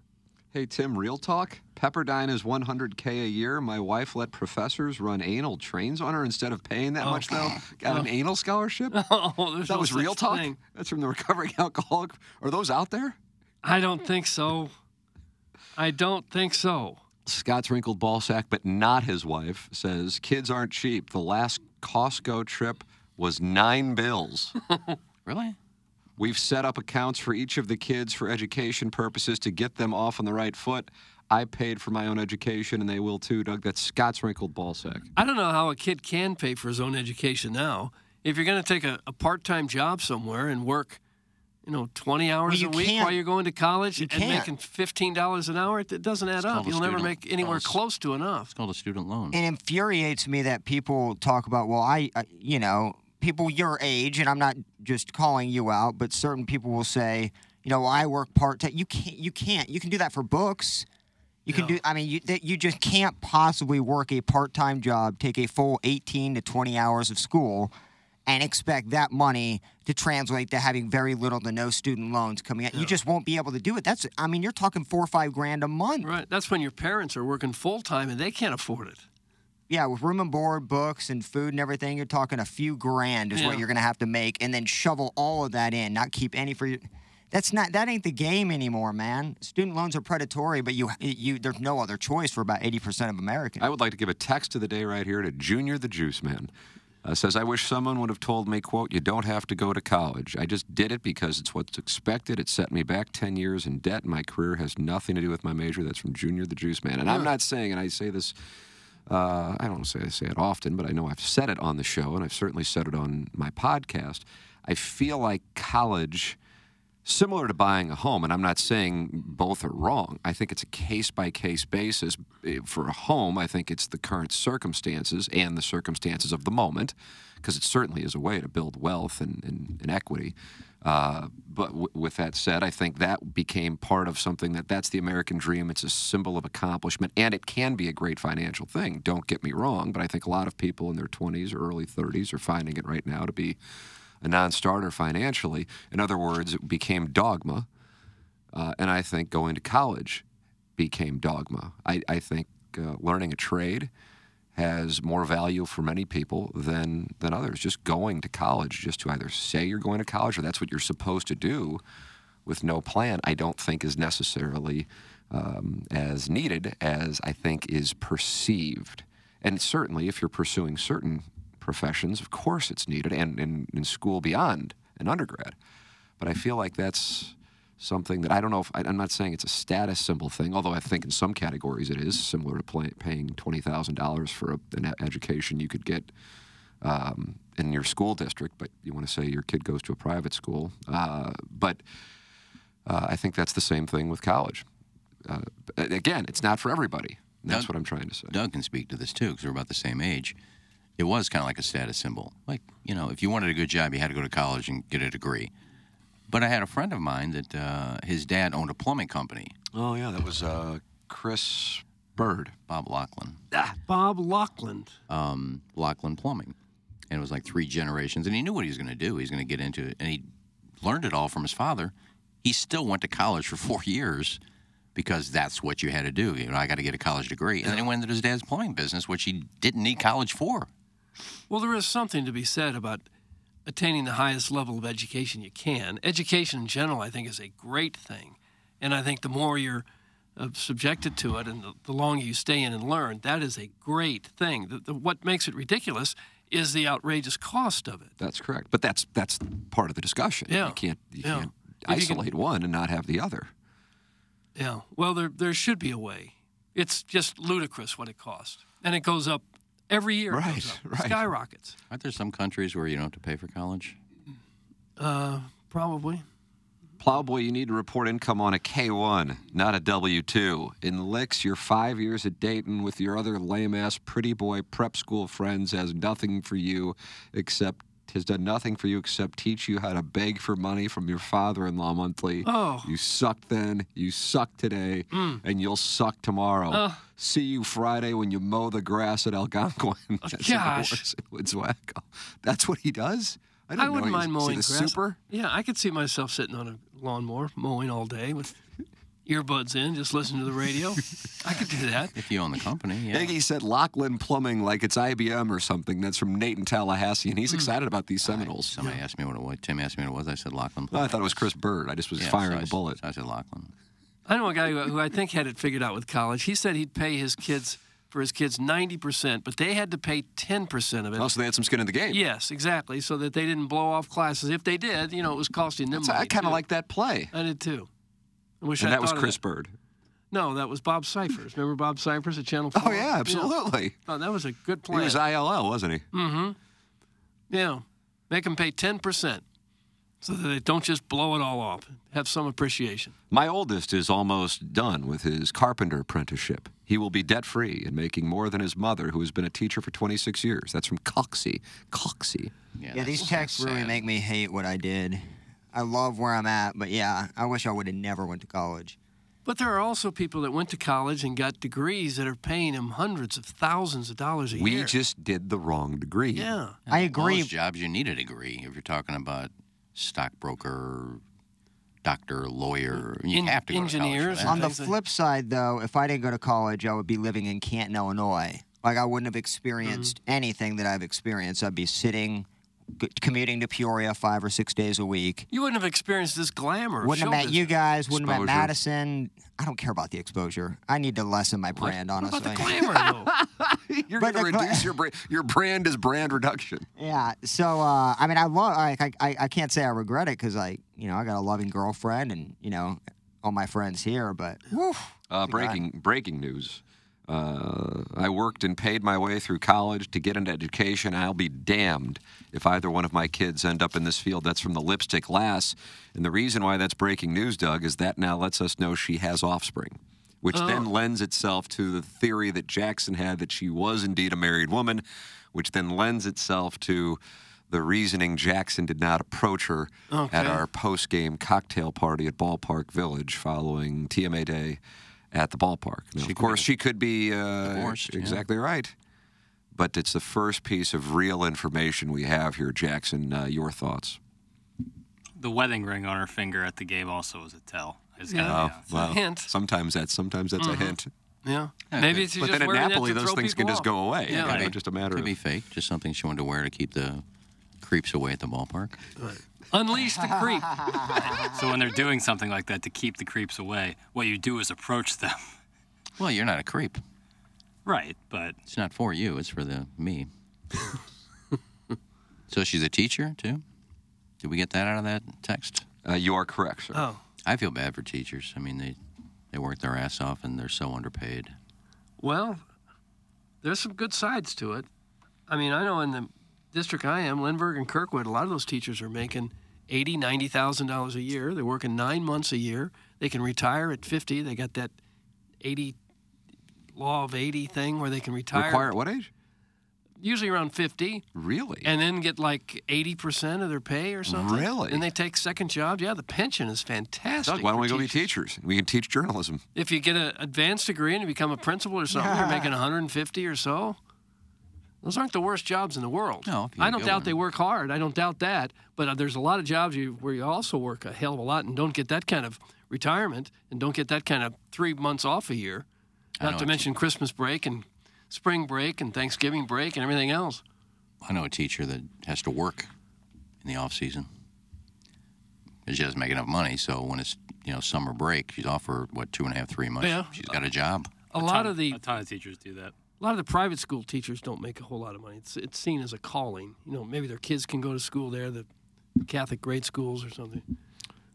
[SPEAKER 2] Hey, Tim, real talk? Pepperdine is 100K a year. My wife let professors run anal trains on her instead of paying that much, though. Got an anal
[SPEAKER 3] <laughs>
[SPEAKER 2] scholarship?
[SPEAKER 3] <laughs> Oh, there's
[SPEAKER 2] that
[SPEAKER 3] no
[SPEAKER 2] was real
[SPEAKER 3] such
[SPEAKER 2] talk?
[SPEAKER 3] thing.
[SPEAKER 2] That's from the recovering <laughs> alcoholic. Are those out there?
[SPEAKER 3] I don't think so. I don't think so.
[SPEAKER 2] Scott's wrinkled ball sack, but not his wife, says kids aren't cheap. The last Costco trip was nine bills.
[SPEAKER 5] Really?
[SPEAKER 2] We've set up accounts for each of the kids for education purposes to get them off on the right foot. I paid for my own education, and they will too, Doug. That's Scott's wrinkled ball sack.
[SPEAKER 3] I don't know how a kid can pay for his own education now. If you're going to take a, a part-time job somewhere and work, you know, 20 hours
[SPEAKER 4] you
[SPEAKER 3] a week
[SPEAKER 4] can't.
[SPEAKER 3] while you're going to college
[SPEAKER 4] You
[SPEAKER 3] and
[SPEAKER 4] can't.
[SPEAKER 3] making $15 an hour, it, it doesn't add up.
[SPEAKER 5] called a
[SPEAKER 3] You'll never
[SPEAKER 5] student
[SPEAKER 3] make anywhere
[SPEAKER 5] loan.
[SPEAKER 3] close to enough.
[SPEAKER 5] It's called a student loan.
[SPEAKER 4] It infuriates me that people talk about, well, I, I you know, people your age, and I'm not just calling you out, but certain people will say, you know, I work part time. You can't, you can't, you can do that for books. You can do. I mean, you that you just can't possibly work a part time job, take a full 18 to 20 hours of school, and expect that money to translate to having very little to no student loans coming out. You just won't be able to do it. That's. I mean, you're talking four or five grand a month.
[SPEAKER 3] Right. That's when your parents are working full-time and they can't afford it.
[SPEAKER 4] yeah, with room and board, books, and food and everything, you're talking a few grand is
[SPEAKER 3] Yeah.
[SPEAKER 4] what you're gonna have to make, and then shovel all of that in, not keep any for you. That's not that ain't the game anymore, man. Student loans are predatory, but you you there's no other choice for about eighty percent of Americans.
[SPEAKER 2] I would like to give a text of the day right here to Junior the Juice Man. Uh, says, I wish someone would have told me, quote, you don't have to go to college. I just did it because it's what's expected. It set me back 10 years in debt. My career has nothing to do with my major. That's from Junior the Juice Man. And I'm not saying, and I say this, uh, I don't say I say it often, but I know I've said it on the show, and I've certainly said it on my podcast. I feel like college – similar to buying a home, and I'm not saying both are wrong. I think it's a case by case basis. Eh, For a home, I think it's the current circumstances and the circumstances of the moment, because it certainly is a way to build wealth and, and, and equity. Uh, but w- with that said, I think that became part of something that that's the American dream. It's a symbol of accomplishment, and it can be a great financial thing. Don't get me wrong, but I think a lot of people in their 20s or early 30s are finding it right now to be a non-starter financially. In other words, it became dogma, uh, and I think going to college became dogma. I, I think uh, learning a trade has more value for many people than than others. Just going to college, just to either say you're going to college or that's what you're supposed to do, with no plan, I don't think is necessarily um, as needed as I think is perceived. And certainly, if you're pursuing certain professions, of course it's needed, and in, in school beyond an undergrad. But I feel like that's something that I don't know if I, I'm not saying it's a status symbol thing, although I think in some categories it is similar to play, paying $20,000 for a, an e- education you could get um, in your school district, but you want to say your kid goes to a private school. Uh, but uh, I think that's the same thing with college. Uh, a- again, it's not for everybody. And That's
[SPEAKER 5] Doug-
[SPEAKER 2] what I'm trying to say.
[SPEAKER 5] Doug can speak to this too, because we're about the same age. It was kind of like a status symbol. Like, you know, if you wanted a good job, you had to go to college and get a degree. But I had a friend of mine that uh, his dad owned a plumbing company,
[SPEAKER 2] Oh yeah, that was uh, Chris Bird.
[SPEAKER 5] Bob Lachlan,
[SPEAKER 3] Bob Lockland.
[SPEAKER 5] um, Lachlan Plumbing. And it was like three generations. And he knew what he was going to do. He was going to get into it. And he learned it all from his father. He still went to college for four years because that's what you had to do. You know, I got to get a college degree. And then he went into his dad's plumbing business, which he didn't need college for.
[SPEAKER 3] Well, there is something to be said about attaining the highest level of education you can. Education in general, I think, is a great thing. And I think the more you're uh, subjected to it and the, the longer you stay in and learn, that is a great thing. The, the, what makes it ridiculous is the outrageous cost of it.
[SPEAKER 2] That's correct. But that's that's part of the discussion.
[SPEAKER 3] Yeah.
[SPEAKER 2] You can't you
[SPEAKER 3] Yeah.
[SPEAKER 2] can't
[SPEAKER 3] If you can-
[SPEAKER 2] isolate one and not have the other.
[SPEAKER 3] Yeah. Well, there, there should be a way. It's just ludicrous what it costs. And it goes up every year. it goes
[SPEAKER 2] Right,
[SPEAKER 3] up.
[SPEAKER 2] <laughs> right.
[SPEAKER 3] Skyrockets.
[SPEAKER 5] Aren't there some countries where you don't have to pay for college?
[SPEAKER 3] Uh, probably.
[SPEAKER 2] Plowboy, you need to report income on a K1, not a W 2. In Licks, your five years at Dayton with your other lame ass pretty boy prep school friends has nothing for you except. Has done nothing for you except teach you how to beg for money from your father in law monthly.
[SPEAKER 3] Oh. Mm.
[SPEAKER 2] You sucked then, you suck today, and you'll suck tomorrow. See you Friday when you mow the grass at Algonquin. <laughs> That's the
[SPEAKER 3] gosh.
[SPEAKER 2] worst. It's wacko. That's what he does? I, didn't
[SPEAKER 3] I
[SPEAKER 2] know
[SPEAKER 3] wouldn't
[SPEAKER 2] he was-
[SPEAKER 3] mind
[SPEAKER 2] see
[SPEAKER 3] mowing
[SPEAKER 2] the
[SPEAKER 3] grass.
[SPEAKER 2] Super?
[SPEAKER 3] Yeah, I could see myself sitting on a lawnmower mowing all day with <laughs> earbuds in, just listen to the radio. I could do that.
[SPEAKER 5] If you own
[SPEAKER 2] <laughs>
[SPEAKER 5] the company, yeah.
[SPEAKER 2] Iggy said Lachlan Plumbing like it's IBM or something. That's from Nate in Tallahassee, and he's excited about these Seminoles.
[SPEAKER 5] Somebody asked me what it was. Tim asked me what it was. I said Lachlan.
[SPEAKER 2] Oh, I thought it was Chris Bird. I just was
[SPEAKER 5] Yeah, so
[SPEAKER 2] firing
[SPEAKER 5] I
[SPEAKER 2] a
[SPEAKER 5] s-
[SPEAKER 2] bullet.
[SPEAKER 5] so I said Lachlan.
[SPEAKER 3] I know a guy who, who I think had it figured out with college. He said he'd pay his kids for his kids 90%, but they had to pay 10% of it.
[SPEAKER 2] Oh, so they had some skin in the game.
[SPEAKER 3] Yes, exactly, so that they didn't blow off classes. If they did, you know, it was costing them
[SPEAKER 2] So
[SPEAKER 3] money.
[SPEAKER 2] I kind of
[SPEAKER 3] too.
[SPEAKER 2] like that play.
[SPEAKER 3] I did too. I wish
[SPEAKER 2] And
[SPEAKER 3] I
[SPEAKER 2] that was
[SPEAKER 3] thought of
[SPEAKER 2] Chris Bird.
[SPEAKER 3] No, that was Bob Cyphers. Remember Bob Cyphers at Channel 4?
[SPEAKER 2] Oh, yeah, absolutely.
[SPEAKER 3] Oh, that was a good
[SPEAKER 2] He
[SPEAKER 3] plan.
[SPEAKER 2] was ILL, wasn't he?
[SPEAKER 3] yeah. Make them pay 10% so that they don't just blow it all off. Have some appreciation.
[SPEAKER 2] My oldest is almost done with his carpenter apprenticeship. He will be debt free and making more than his mother, who has been a teacher for 26 years. That's from Coxey. Coxey.
[SPEAKER 4] Yeah,
[SPEAKER 5] Yeah, that's-
[SPEAKER 4] these
[SPEAKER 5] that's
[SPEAKER 4] texts really
[SPEAKER 5] sad.
[SPEAKER 4] make me hate what I did. I love where I'm at, but yeah, I wish I would have never went to college.
[SPEAKER 3] But there are also people that went to college and got degrees that are paying them hundreds of thousands of dollars a
[SPEAKER 2] We
[SPEAKER 3] year.
[SPEAKER 2] just did the wrong degree.
[SPEAKER 3] yeah.
[SPEAKER 4] I
[SPEAKER 5] All
[SPEAKER 4] agree.
[SPEAKER 5] those jobs you need a degree. If you're talking about stockbroker, doctor, lawyer, you
[SPEAKER 3] En-
[SPEAKER 5] have to go
[SPEAKER 3] engineers
[SPEAKER 5] to college for that.
[SPEAKER 4] On the
[SPEAKER 3] things that-
[SPEAKER 4] flip side, though, if I didn't go to college, I would be living in Canton, Illinois. Like I wouldn't have experienced
[SPEAKER 3] Mm.
[SPEAKER 4] anything that I've experienced. I'd be sitting, g- commuting to Peoria five or six days a week.
[SPEAKER 3] You wouldn't have experienced this glamour. of
[SPEAKER 4] Wouldn't have
[SPEAKER 3] show
[SPEAKER 4] met you
[SPEAKER 3] business.
[SPEAKER 4] guys. Wouldn't have met
[SPEAKER 2] Exposure.
[SPEAKER 4] Madison. I don't care about the exposure. I need to lessen my brand, honestly.
[SPEAKER 3] What about the
[SPEAKER 4] <laughs>
[SPEAKER 3] glamour, though?
[SPEAKER 2] <laughs> You're
[SPEAKER 4] But
[SPEAKER 2] going to
[SPEAKER 4] the-
[SPEAKER 2] reduce your brand. Your brand is brand reduction.
[SPEAKER 4] Yeah. So uh, I mean, I love. Like, I, I I can't say I regret it because I you know I got a loving girlfriend and you know all my friends here. But woof,
[SPEAKER 2] Uh, breaking breaking news. Uh, I worked and paid my way through college to get an education. I'll be damned if either one of my kids end up in this field. That's from the Lipstick Lass. And the reason why that's breaking news, Doug, is that now lets us know she has offspring, which then lends itself to the theory that Jackson had that she was indeed a married woman, which then lends itself to the reasoning Jackson did not approach her at our post game cocktail party at Ballpark Village following TMA Day at the ballpark. Now, of course, she could be uh,
[SPEAKER 5] Divorced, yeah.
[SPEAKER 2] Exactly right. But it's the first piece of real information we have here, Jackson. Uh, your thoughts?
[SPEAKER 6] The wedding ring on her finger at the game also was a tell. I just gotta be honest.
[SPEAKER 2] Well,
[SPEAKER 3] hint.
[SPEAKER 2] Sometimes that's sometimes that's a hint.
[SPEAKER 3] Yeah. Maybe it's
[SPEAKER 2] But
[SPEAKER 3] just
[SPEAKER 2] then at
[SPEAKER 3] wearing that
[SPEAKER 2] Napoli,
[SPEAKER 3] to
[SPEAKER 2] those
[SPEAKER 3] throw
[SPEAKER 2] things can
[SPEAKER 3] people
[SPEAKER 2] just go
[SPEAKER 3] off.
[SPEAKER 2] away.
[SPEAKER 3] Yeah,
[SPEAKER 2] I mean,
[SPEAKER 3] right.
[SPEAKER 2] just a matter
[SPEAKER 5] Could
[SPEAKER 2] of
[SPEAKER 5] be fake. Just something she wanted to wear to keep the creeps away at the ballpark.
[SPEAKER 3] Unleash the creep.
[SPEAKER 6] So when they're doing something like that to keep the creeps away, what you do is approach them. <laughs>
[SPEAKER 5] Well, you're not a creep.
[SPEAKER 6] Right, but
[SPEAKER 5] It's not for you. It's for the me. so she's a teacher too. Did we get that out of that text?
[SPEAKER 2] uh, you are correct, sir.
[SPEAKER 3] Oh.
[SPEAKER 5] I feel bad for teachers. I mean, they they work their ass off and they're so underpaid.
[SPEAKER 3] Well, there's some good sides to it. I mean, I know in the district I am, Lindbergh and Kirkwood, a lot of those teachers are making eighty, ninety thousand dollars a year. They're working nine months a year. They can retire at fifty. They got that eighty law of eighty thing where they can retire
[SPEAKER 2] Require at what age?
[SPEAKER 3] usually around fifty.
[SPEAKER 2] Really?
[SPEAKER 3] And then get like eighty percent of their pay or something.
[SPEAKER 2] Really?
[SPEAKER 3] And they take second jobs. Yeah, the pension is fantastic.
[SPEAKER 2] Doug, why don't
[SPEAKER 3] for
[SPEAKER 2] we go be
[SPEAKER 3] teachers.
[SPEAKER 2] teachers? We can teach journalism.
[SPEAKER 3] If you get an advanced degree and you become a principal or something, you're making 150 or so. Those aren't the worst jobs in the world.
[SPEAKER 5] No, if you
[SPEAKER 3] I don't
[SPEAKER 5] go
[SPEAKER 3] doubt
[SPEAKER 5] in.
[SPEAKER 3] they work hard. I don't doubt that. But uh, there's a lot of jobs you, where you also work a hell of a lot and don't get that kind of retirement and don't get that kind of three months off a year. Not
[SPEAKER 5] know
[SPEAKER 3] to
[SPEAKER 5] it's-
[SPEAKER 3] mention Christmas break and spring break and Thanksgiving break and everything else.
[SPEAKER 5] I know a teacher that has to work in the off season. And she doesn't make enough money, so when it's you know summer break, she's off for what two and a half, three months.
[SPEAKER 3] Yeah.
[SPEAKER 5] She's got a job.
[SPEAKER 3] A lot of the
[SPEAKER 6] a ton of teachers do that.
[SPEAKER 3] A lot of the private school teachers don't make a whole lot of money. It's it's seen as a calling. You know, maybe their kids can go to school there, the Catholic grade schools or something.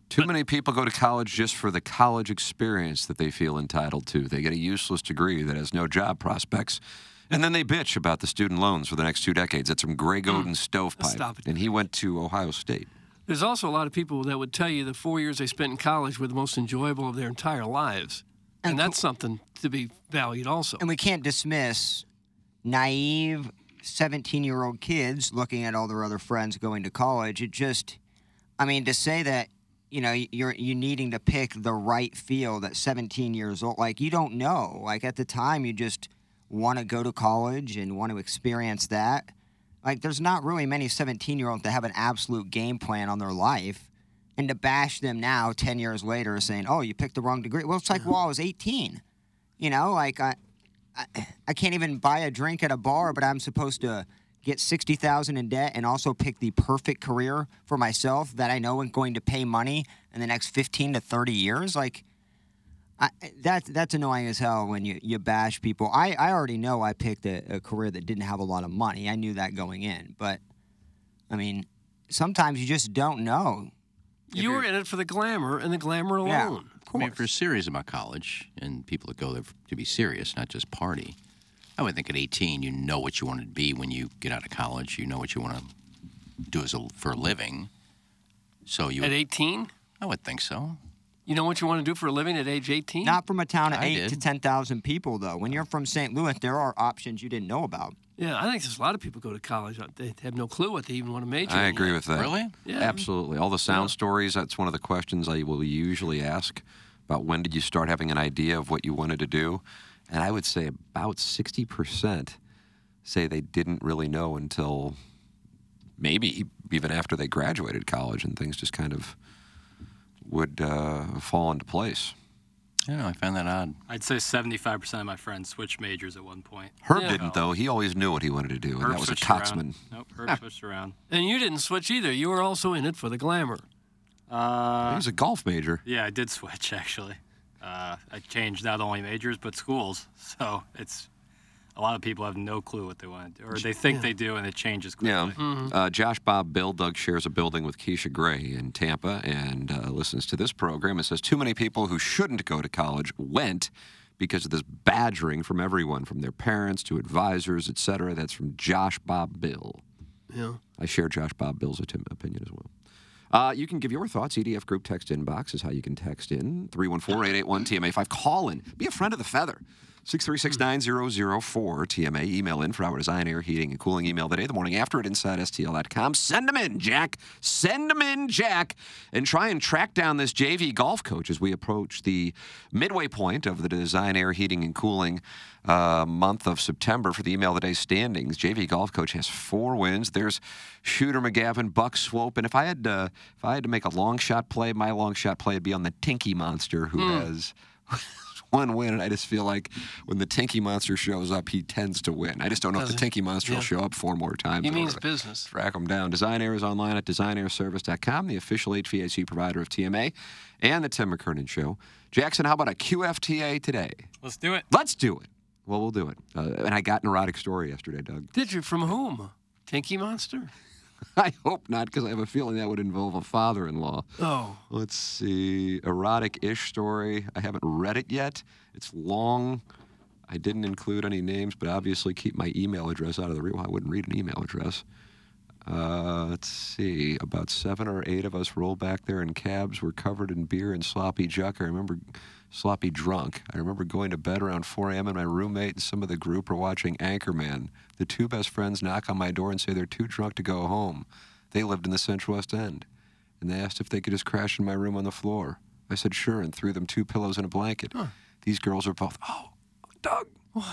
[SPEAKER 2] Too many people go to college just for the college experience that they feel entitled to. They get a useless degree that has no job prospects. And then they bitch about the student loans for the next two decades. That's from Greg Oden's stovepipe.
[SPEAKER 3] Hmm. Stop it.
[SPEAKER 2] And he went to Ohio State.
[SPEAKER 3] There's also a lot of people that would tell you the four years they spent in college were the most enjoyable of their entire lives, and, that's something to be valued also.
[SPEAKER 4] and we can't dismiss naive 17 year old kids looking at all their other friends going to college. It just, I mean, to say that, you know, you're you needing to pick the right field at 17 years old, like you don't know. Like at the time, you just want to go to college and want to experience that. Like there's not really many 17 year olds that have an absolute game plan on their life. and to bash them now, ten years later, saying, "Oh, you picked the wrong degree." Well, it's like, well, I was 18. You know, like I, I, I can't even buy a drink at a bar, but I'm supposed to get 60,000 in debt and also pick the perfect career for myself that I know I'm going to pay money in the next 15 to 30 years. Like I, that's that's annoying as hell when you, you bash people. I, I already know I picked a, a career that didn't have a lot of money. I knew that going in, but I mean, sometimes you just don't know.
[SPEAKER 3] You were in it for the glamour and the glamour alone.
[SPEAKER 4] Yeah, of
[SPEAKER 5] I mean, if
[SPEAKER 4] course.
[SPEAKER 5] you're serious about college and people that go there f- to be serious, not just party, I would think at 18 you know what you want to be when you get out of college. You know what you want to do as a, for a living. So you,
[SPEAKER 3] At
[SPEAKER 5] would,
[SPEAKER 3] 18,
[SPEAKER 5] I would think so.
[SPEAKER 3] you know what you want to do for a living at age 18?
[SPEAKER 4] Not from a town of
[SPEAKER 5] I
[SPEAKER 4] eight to
[SPEAKER 5] did.
[SPEAKER 4] ten thousand people, though. When you're from St. Louis, there are options you didn't know about.
[SPEAKER 3] Yeah, I think there's a lot of people go to college. uh, They have no clue what they even want to major.
[SPEAKER 2] I
[SPEAKER 3] in
[SPEAKER 2] agree
[SPEAKER 3] yet.
[SPEAKER 2] with that.
[SPEAKER 5] Really?
[SPEAKER 3] Yeah.
[SPEAKER 2] Absolutely. All the sound stories, that's one of the questions I will usually ask about when did you start having an idea of what you wanted to do? And I would say about 60% say they didn't really know until maybe even after they graduated college and things just kind of would uh, fall into place.
[SPEAKER 5] I don't know. I found that odd.
[SPEAKER 6] I'd say 75% of my friends switch majors at one point.
[SPEAKER 2] Herb
[SPEAKER 3] Yeah.
[SPEAKER 2] didn't, though. He always knew what he wanted to do, and
[SPEAKER 6] Herb
[SPEAKER 2] that was a
[SPEAKER 6] switched
[SPEAKER 2] coxman.
[SPEAKER 6] Around. Nope, Herb switched around.
[SPEAKER 3] And you didn't switch either. You were also in it for the glamour.
[SPEAKER 6] Uh.
[SPEAKER 2] he was a golf major.
[SPEAKER 6] Yeah, I did switch actually. Uh, I changed not only majors but schools, <laughs> so it's a lot of people have no clue what they want to do, or they think they do, and it changes quickly.
[SPEAKER 2] Yeah. Uh, Josh Bob Bill Doug shares a building with Keisha Gray in Tampa and uh, listens to this program and says too many people who shouldn't go to college went because of this badgering from everyone, from their parents to advisors, etc. That's from Josh Bob Bill.
[SPEAKER 3] Yeah.
[SPEAKER 2] I share Josh Bob Bill's otim- opinion as well. Uh, you can give your thoughts. EDF group text inbox is how you can text in 314 881 TMA5. Call in. Be a friend of the feather. 636 9004 TMA. Email in for our design, air, heating, and cooling email today, the morning after at InsideSTL.com. Send them in, Jack. Send them in, Jack. And try and track down this JV golf coach as we approach the midway point of the design, air, heating, and cooling uh, month of September for the email today standings. JV golf coach has four wins. There's Shooter McGavin, Buck Swope, and if I had to, if I had to make a long shot play, my long shot play would be on the Tinky Monster, who
[SPEAKER 3] Hmm.
[SPEAKER 2] has <laughs> one win. And I just feel like when the Tinky Monster shows up, he tends to win. I just don't know if the Tinky Monster will show up four more times.
[SPEAKER 3] He
[SPEAKER 2] in
[SPEAKER 3] means
[SPEAKER 2] order to-
[SPEAKER 3] business.
[SPEAKER 2] Track them down. Design Air is online at designairservice.com, the official HVAC provider of TMA and the Tim McKernan Show. Jackson, how about a QFTA today?
[SPEAKER 6] Let's do it.
[SPEAKER 2] Let's do it. Well, we'll do it. Uh, and I got an erotic story yesterday, Doug. <laughs>
[SPEAKER 3] Did you? From whom? Tinky Monster?
[SPEAKER 2] I hope not, because I have a feeling that would involve a father in law.
[SPEAKER 3] Oh.
[SPEAKER 2] Let's see. Erotic ish story. I haven't read it yet. It's long. I didn't include any names, but obviously keep my email address out of the real. I wouldn't read an email address. Uh, let's see. About seven or eight of us rolled back there in cabs. We're covered in beer and sloppy juck. I remember sloppy drunk. I remember going to bed around 4 a.m. and my roommate and some of the group were watching Anchorman. The two best friends knock on my door and say they're too drunk to go home. They lived in the Central West End, and they asked if they could just crash in my room on the floor. I said sure and threw them two pillows and a blanket. These girls are both. Oh, Doug. What?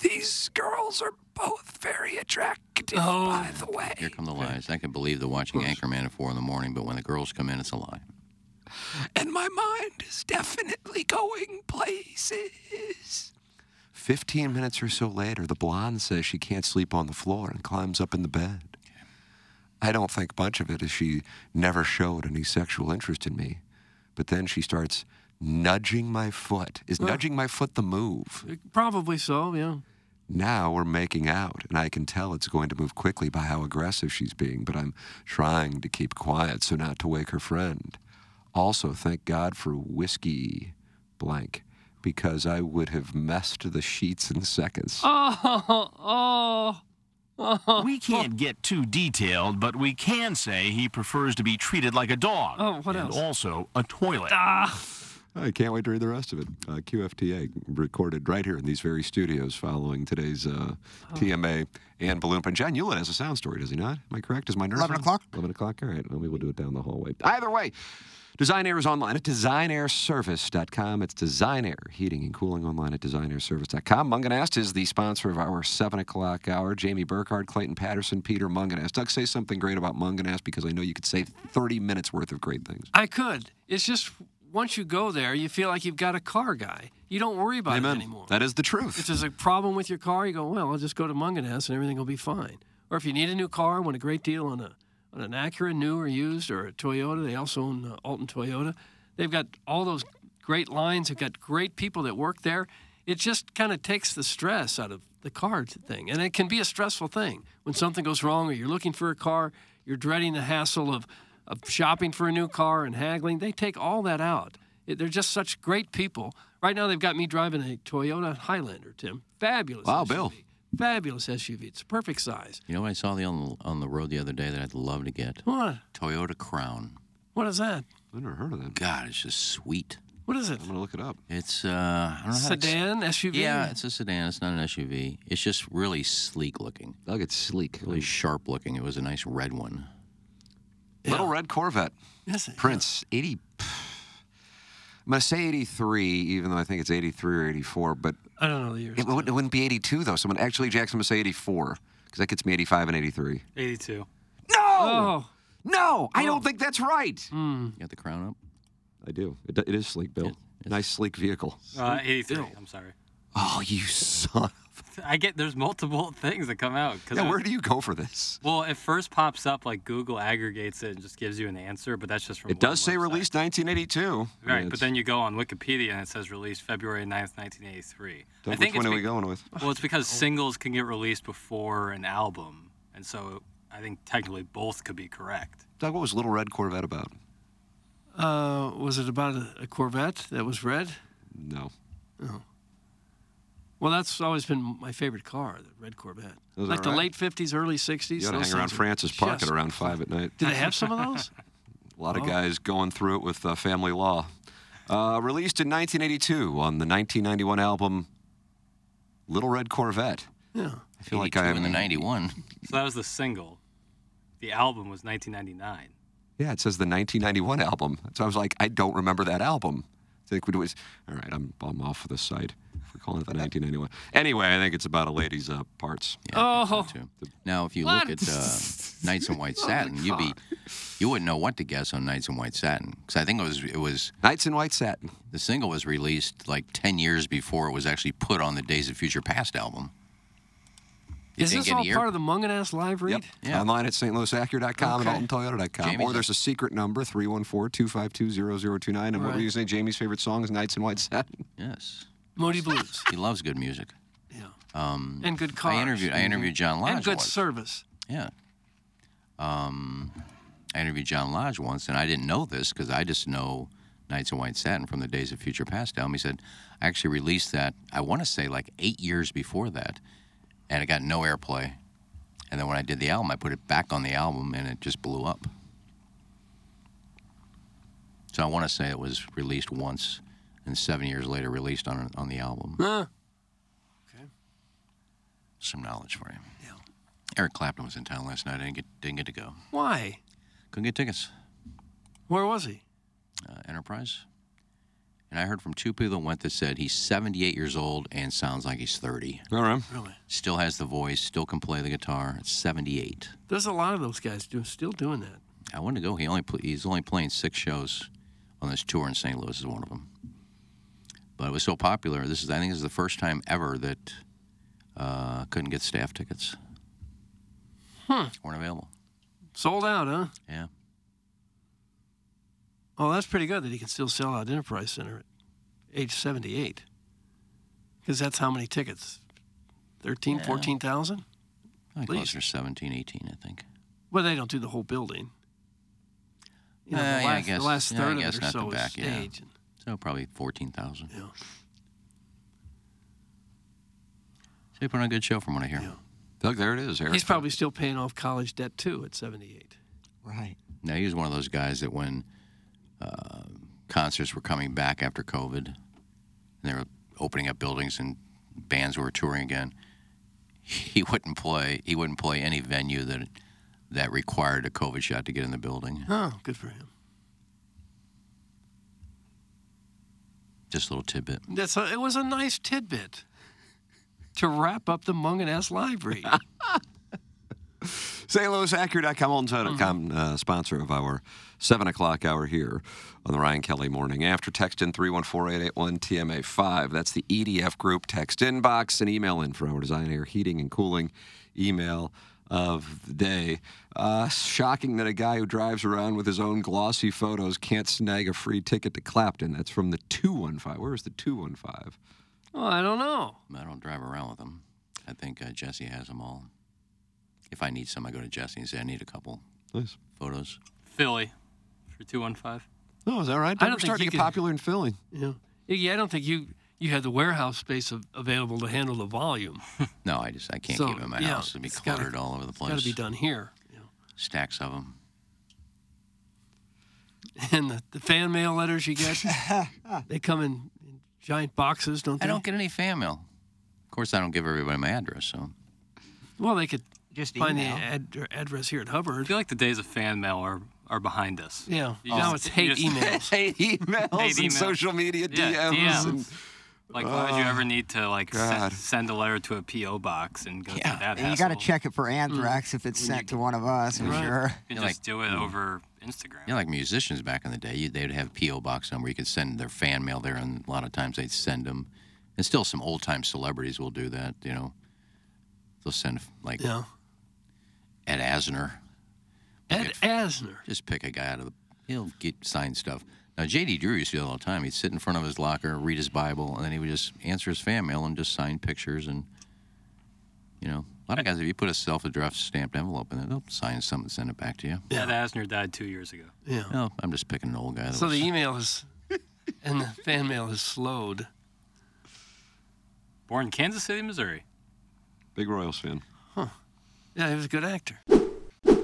[SPEAKER 2] These girls are both very attractive, by the way.
[SPEAKER 5] Here come the lies. I can believe the watching Anchorman at four in the morning, but when the girls come in, it's a lie.
[SPEAKER 2] and my mind is definitely going places. Fifteen minutes or so later, the blonde says she can't sleep on the floor and climbs up in the bed. I don't think much of it as she never showed any sexual interest in me. But then she starts nudging my foot. Is nudging my foot the move?
[SPEAKER 3] Probably so, yeah.
[SPEAKER 2] Now we're making out, and I can tell it's going to move quickly by how aggressive she's being, but I'm trying to keep quiet so not to wake her friend. Also, thank God for whiskey blank, because I would have messed the sheets in seconds.
[SPEAKER 3] Oh, <laughs> oh.
[SPEAKER 7] We can't get too detailed, but we can say he prefers to be treated like a dog.
[SPEAKER 3] Oh, what
[SPEAKER 7] and
[SPEAKER 3] else?
[SPEAKER 7] Also, a toilet.
[SPEAKER 2] I can't wait to read the rest of it. Uh, QFTA recorded right here in these very studios following today's uh,
[SPEAKER 3] Oh.
[SPEAKER 2] TMA and Balloon Pun. John Hewlett has a sound story, does he not? Am I correct? Is my nerve
[SPEAKER 4] 11 o'clock?
[SPEAKER 2] 11 o'clock? All right. Well, we will do it down the hallway.
[SPEAKER 8] Either way,
[SPEAKER 2] Design Air is online at designairservice.com. It's Design Air Heating and Cooling online at designairservice.com. Munganast is the sponsor of our 7 o'clock hour. Jamie Burkhardt, Clayton Patterson, Peter Munganast. Doug, say something great about Munganast because I know you could say 30 minutes worth of great things.
[SPEAKER 3] I could. It's just once you go there, you feel like you've got a car guy. You don't worry about it anymore.
[SPEAKER 2] That is the truth.
[SPEAKER 3] If there's a problem with your car, you go, well, I'll just go to Munganess and everything will be fine. Or if you need a new car, want a great deal on a on an Acura, new or used, or a Toyota, they also own uh, Alton Toyota. They've got all those great lines. They've got great people that work there. It just kind of takes the stress out of the car thing, and it can be a stressful thing when something goes wrong, or you're looking for a car, you're dreading the hassle of of shopping for a new car and haggling. They take all that out. It- They're just such great people. Right now, they've got me driving a Toyota Highlander, Tim. Fabulous.
[SPEAKER 5] Wow,
[SPEAKER 3] SUV.
[SPEAKER 5] Bill.
[SPEAKER 3] Fabulous SUV. It's perfect size.
[SPEAKER 5] You know what I saw the on, on the road the other day that I'd love to get?
[SPEAKER 3] What?
[SPEAKER 5] Toyota Crown.
[SPEAKER 3] What is that?
[SPEAKER 2] I've never heard of that.
[SPEAKER 5] God, it's just sweet.
[SPEAKER 3] What is it?
[SPEAKER 2] I'm going to look it up.
[SPEAKER 5] It's uh, I don't know how to ex-
[SPEAKER 3] Sedan, SUV?
[SPEAKER 5] Yeah, it's a sedan. It's not an SUV. It's just really sleek looking.
[SPEAKER 2] Doug, it's sleek.
[SPEAKER 5] Really sharp looking. It was a nice red one.
[SPEAKER 2] Little Red Corvette.
[SPEAKER 3] Yes.
[SPEAKER 2] Prince, 80. I'm going to say 83, even though I think it's 83 or 84, but
[SPEAKER 3] I don't know the years.
[SPEAKER 2] it, wouldn't, it wouldn't be 82, though. Someone actually, Jackson, I'm going to say 84, because that gets me 85 and 83.
[SPEAKER 6] 82.
[SPEAKER 2] No!
[SPEAKER 3] Oh,
[SPEAKER 2] No, I don't think that's right.
[SPEAKER 5] You got the crown up?
[SPEAKER 2] I do. It, d- it is sleek, Bill. nice, sleek vehicle.
[SPEAKER 6] Uh, 83. I'm sorry.
[SPEAKER 2] Oh, you <laughs> son. of-
[SPEAKER 6] I get there's multiple <laughs> things that come out. 'cause
[SPEAKER 2] Yeah,
[SPEAKER 6] I-
[SPEAKER 2] where do you go for this?
[SPEAKER 6] Well, it first pops up like Google aggregates it and just gives you an answer, but that's just from
[SPEAKER 2] It
[SPEAKER 6] one
[SPEAKER 2] does say
[SPEAKER 6] website.
[SPEAKER 2] released 1982. I mean,
[SPEAKER 6] Right,
[SPEAKER 2] it's-
[SPEAKER 6] but then you go on Wikipedia and it says released February 9th, 1983.
[SPEAKER 2] Doug,
[SPEAKER 6] I think
[SPEAKER 2] which
[SPEAKER 6] it's
[SPEAKER 2] one are we
[SPEAKER 6] be-
[SPEAKER 2] going with?
[SPEAKER 6] Well, it's because singles can get released before an album, and so I think technically both could be correct.
[SPEAKER 2] Doug, what was Little Red Corvette about?
[SPEAKER 3] uh, was it about a, a Corvette that was red?
[SPEAKER 2] No.
[SPEAKER 3] Well, that's always been my favorite car, the red Corvette.
[SPEAKER 2] Those
[SPEAKER 3] like
[SPEAKER 2] are
[SPEAKER 3] the
[SPEAKER 2] right.
[SPEAKER 3] late 50s, early 60s.
[SPEAKER 2] You gotta
[SPEAKER 3] those
[SPEAKER 2] hang around
[SPEAKER 3] things were
[SPEAKER 2] Francis Park at
[SPEAKER 3] just-
[SPEAKER 2] around 5 at night.
[SPEAKER 3] Do they have some
[SPEAKER 2] <laughs>
[SPEAKER 3] of those?
[SPEAKER 2] A lot of
[SPEAKER 3] Oh.
[SPEAKER 2] guys going through it with uh, family law. Uh, released in 1982 on the 1991 album Little Red Corvette.
[SPEAKER 3] yeah.
[SPEAKER 5] I
[SPEAKER 2] feel like I'm-
[SPEAKER 5] in the 91.
[SPEAKER 6] So that was the single. The album was 1999.
[SPEAKER 2] Yeah, it says the 1991 album. So I was like, I don't remember that album. I think it was all right. I'm I'm off of this site for calling it the 1991. Anyway, I think it's about a lady's uh, parts.
[SPEAKER 5] Yeah, I think so,
[SPEAKER 3] Oh.
[SPEAKER 5] <laughs> too. Now, if you look at uh, Knights in
[SPEAKER 6] <laughs>
[SPEAKER 5] White
[SPEAKER 6] Oh
[SPEAKER 5] Satin, you'd be, you wouldn't know what to guess on Knights in White Satin because I think it was it was
[SPEAKER 2] Knights in White Satin.
[SPEAKER 5] the single was released like 10 years before it was actually put on the Days of Future Past album. You
[SPEAKER 3] Is
[SPEAKER 5] think
[SPEAKER 3] this
[SPEAKER 5] in
[SPEAKER 3] all
[SPEAKER 5] a year-
[SPEAKER 3] part of the Munganass live read?
[SPEAKER 2] Yep. Online at stlouisacura.com
[SPEAKER 5] Okay.
[SPEAKER 2] and altontoyota.com.
[SPEAKER 5] Jamie's-
[SPEAKER 2] or there's a secret number 314-252-0029. And what were
[SPEAKER 3] Right.
[SPEAKER 2] you saying? Jamie's favorite song is Knights in White Satin. <laughs>
[SPEAKER 5] Yes.
[SPEAKER 3] Moody Blues.
[SPEAKER 5] He loves good music.
[SPEAKER 3] Yeah.
[SPEAKER 5] Um,
[SPEAKER 3] And good cars.
[SPEAKER 5] I interviewed I interviewed John Lodge
[SPEAKER 3] Mm-hmm. And good
[SPEAKER 5] once.
[SPEAKER 3] service.
[SPEAKER 5] Yeah. Um, I interviewed John Lodge once, and I didn't know this because I just know Knights in White Satin from the Days of Future Past album. He said, I actually released that, I want to say like eight years before that, and it got no airplay. And then when I did the album, I put it back on the album, and it just blew up. So I want to say it was released once, and seven years later, released on on the album.
[SPEAKER 3] Huh.
[SPEAKER 5] Some knowledge for you. Yeah. Eric Clapton was in town last night. I didn't get didn't get to go.
[SPEAKER 3] Why?
[SPEAKER 5] Couldn't get tickets.
[SPEAKER 3] Where was he?
[SPEAKER 5] uh, Enterprise. And I heard from two people that went that said he's 78 years old and sounds like he's 30.
[SPEAKER 2] All right.
[SPEAKER 3] Really?
[SPEAKER 5] Still has the voice, still can play the guitar. It's 78.
[SPEAKER 3] There's a lot of those guys do, still doing that.
[SPEAKER 5] I wanted to go. He only pl- he's only playing six shows on this tour in St. Louis is one of them. But it was so popular. This is I think this is the first time ever that uh, couldn't get staff tickets. Weren't available.
[SPEAKER 3] Sold out, huh?
[SPEAKER 5] Yeah.
[SPEAKER 3] Oh, that's pretty good that he can still sell out Enterprise Center at age 78. Because that's how many tickets? 13, 14,000?
[SPEAKER 5] I think
[SPEAKER 3] Please.
[SPEAKER 5] closer to 17, 18, I think.
[SPEAKER 3] Well, they don't do the whole building. You know,
[SPEAKER 5] Uh,
[SPEAKER 3] the,
[SPEAKER 5] yeah, I
[SPEAKER 3] last,
[SPEAKER 5] guess-
[SPEAKER 3] the last
[SPEAKER 5] yeah, I
[SPEAKER 3] third
[SPEAKER 5] guess
[SPEAKER 3] of it or
[SPEAKER 5] not the
[SPEAKER 3] so
[SPEAKER 5] back,
[SPEAKER 3] is
[SPEAKER 5] yeah.
[SPEAKER 3] stage. And,
[SPEAKER 5] So probably 14,000.
[SPEAKER 3] yeah.
[SPEAKER 5] So they put on a good show from what I hear.
[SPEAKER 2] Doug, there it is, Eric.
[SPEAKER 3] He's probably still paying off college debt too at 78.
[SPEAKER 4] Right.
[SPEAKER 5] Now he was one of those guys that when uh, concerts were coming back after COVID. And they were opening up buildings and bands were touring again. He <laughs> wouldn't play. He wouldn't play any venue that that required a COVID shot to get in the building.
[SPEAKER 3] Oh, good for him.
[SPEAKER 5] Just a little tidbit.
[SPEAKER 3] That's a, it was a nice tidbit to wrap up the Munganess Library.
[SPEAKER 2] St. Louis Acura.com,
[SPEAKER 3] Mm-hmm.
[SPEAKER 2] Allentown.com, uh, sponsor of our 7 o'clock hour here on the Ryan Kelly Morning. After text in 314-881-TMA5. That's the EDF group text inbox and email in for our design, air, heating, and cooling email of the day. Uh, shocking that a guy who drives around with his own glossy photos can't snag a free ticket to Clapton. That's from the 215. Where is the 215?
[SPEAKER 3] Oh, I don't know.
[SPEAKER 5] I don't drive around with them. I think uh, Jesse has them all. If I need some, I go to Jesse and say I need a couple
[SPEAKER 2] Nice.
[SPEAKER 5] photos.
[SPEAKER 6] Philly for 215.
[SPEAKER 2] Oh, is that right?
[SPEAKER 3] I
[SPEAKER 2] We're
[SPEAKER 3] don't think
[SPEAKER 2] starting
[SPEAKER 3] you
[SPEAKER 2] to get
[SPEAKER 3] can-
[SPEAKER 2] popular in Philly.
[SPEAKER 3] Yeah. Yeah, I don't think you you had the warehouse space av- available to handle the volume.
[SPEAKER 5] No, I just I can't
[SPEAKER 3] So,
[SPEAKER 5] keep 'em in my
[SPEAKER 3] yeah,
[SPEAKER 5] house. It'd be
[SPEAKER 3] it's gotta-
[SPEAKER 5] cluttered all over the place.
[SPEAKER 3] Got to be done here. you know.
[SPEAKER 5] Stacks of them.
[SPEAKER 3] And the, the fan mail letters you get, they come in, in giant boxes, don't they?
[SPEAKER 5] I don't get any fan mail. Of course, I don't give everybody my address. So
[SPEAKER 3] Well, they could
[SPEAKER 4] Just
[SPEAKER 3] find
[SPEAKER 4] email.
[SPEAKER 3] the ad- address here at
[SPEAKER 6] I
[SPEAKER 3] Hubbard.
[SPEAKER 6] feel like the days of fan mail are, are behind us.
[SPEAKER 3] Yeah.
[SPEAKER 6] You
[SPEAKER 3] Now
[SPEAKER 6] just-
[SPEAKER 3] it's hate
[SPEAKER 6] you just-
[SPEAKER 3] emails.
[SPEAKER 2] Hey, emails
[SPEAKER 6] Hate
[SPEAKER 2] and
[SPEAKER 6] email.
[SPEAKER 2] social media
[SPEAKER 6] Yeah,
[SPEAKER 2] DMs.
[SPEAKER 6] DMs.
[SPEAKER 2] and-
[SPEAKER 6] Like, why would you ever need to like send,
[SPEAKER 2] God.
[SPEAKER 6] send a letter to a PO box and go through that?
[SPEAKER 4] And you got to
[SPEAKER 6] hassle?
[SPEAKER 4] check it for
[SPEAKER 9] Mm.
[SPEAKER 4] anthrax if it's sent to one of us, for sure.
[SPEAKER 6] You
[SPEAKER 5] You're
[SPEAKER 6] can just do it over Instagram.
[SPEAKER 5] you know, like musicians back in the day, you, they'd have PO box number. You could send their fan mail there, and a lot of times they'd send them. And still, some old time celebrities will do that. You know, they'll send like
[SPEAKER 3] Yeah.
[SPEAKER 5] Ed Asner.
[SPEAKER 3] Ed Asner.
[SPEAKER 5] Just pick a guy out of the. He'll get signed stuff. Now JD Drew used to do that all the time. He'd sit in front of his locker, read his Bible, and then he would just answer his fan mail and just sign pictures and. You know, a lot of guys, if you put a self-addressed stamped envelope in it, they'll sign something and send it back to you.
[SPEAKER 6] Ed Asner died two years ago.
[SPEAKER 3] Yeah.
[SPEAKER 5] No, I'm just picking an old guy. That
[SPEAKER 3] So
[SPEAKER 5] was,
[SPEAKER 3] the email is, and the fan mail is slowed.
[SPEAKER 6] E, Born in Kansas City, Missouri.
[SPEAKER 2] Big Royals fan.
[SPEAKER 3] Yeah, he was a good actor.
[SPEAKER 2] Uh,
[SPEAKER 3] Lou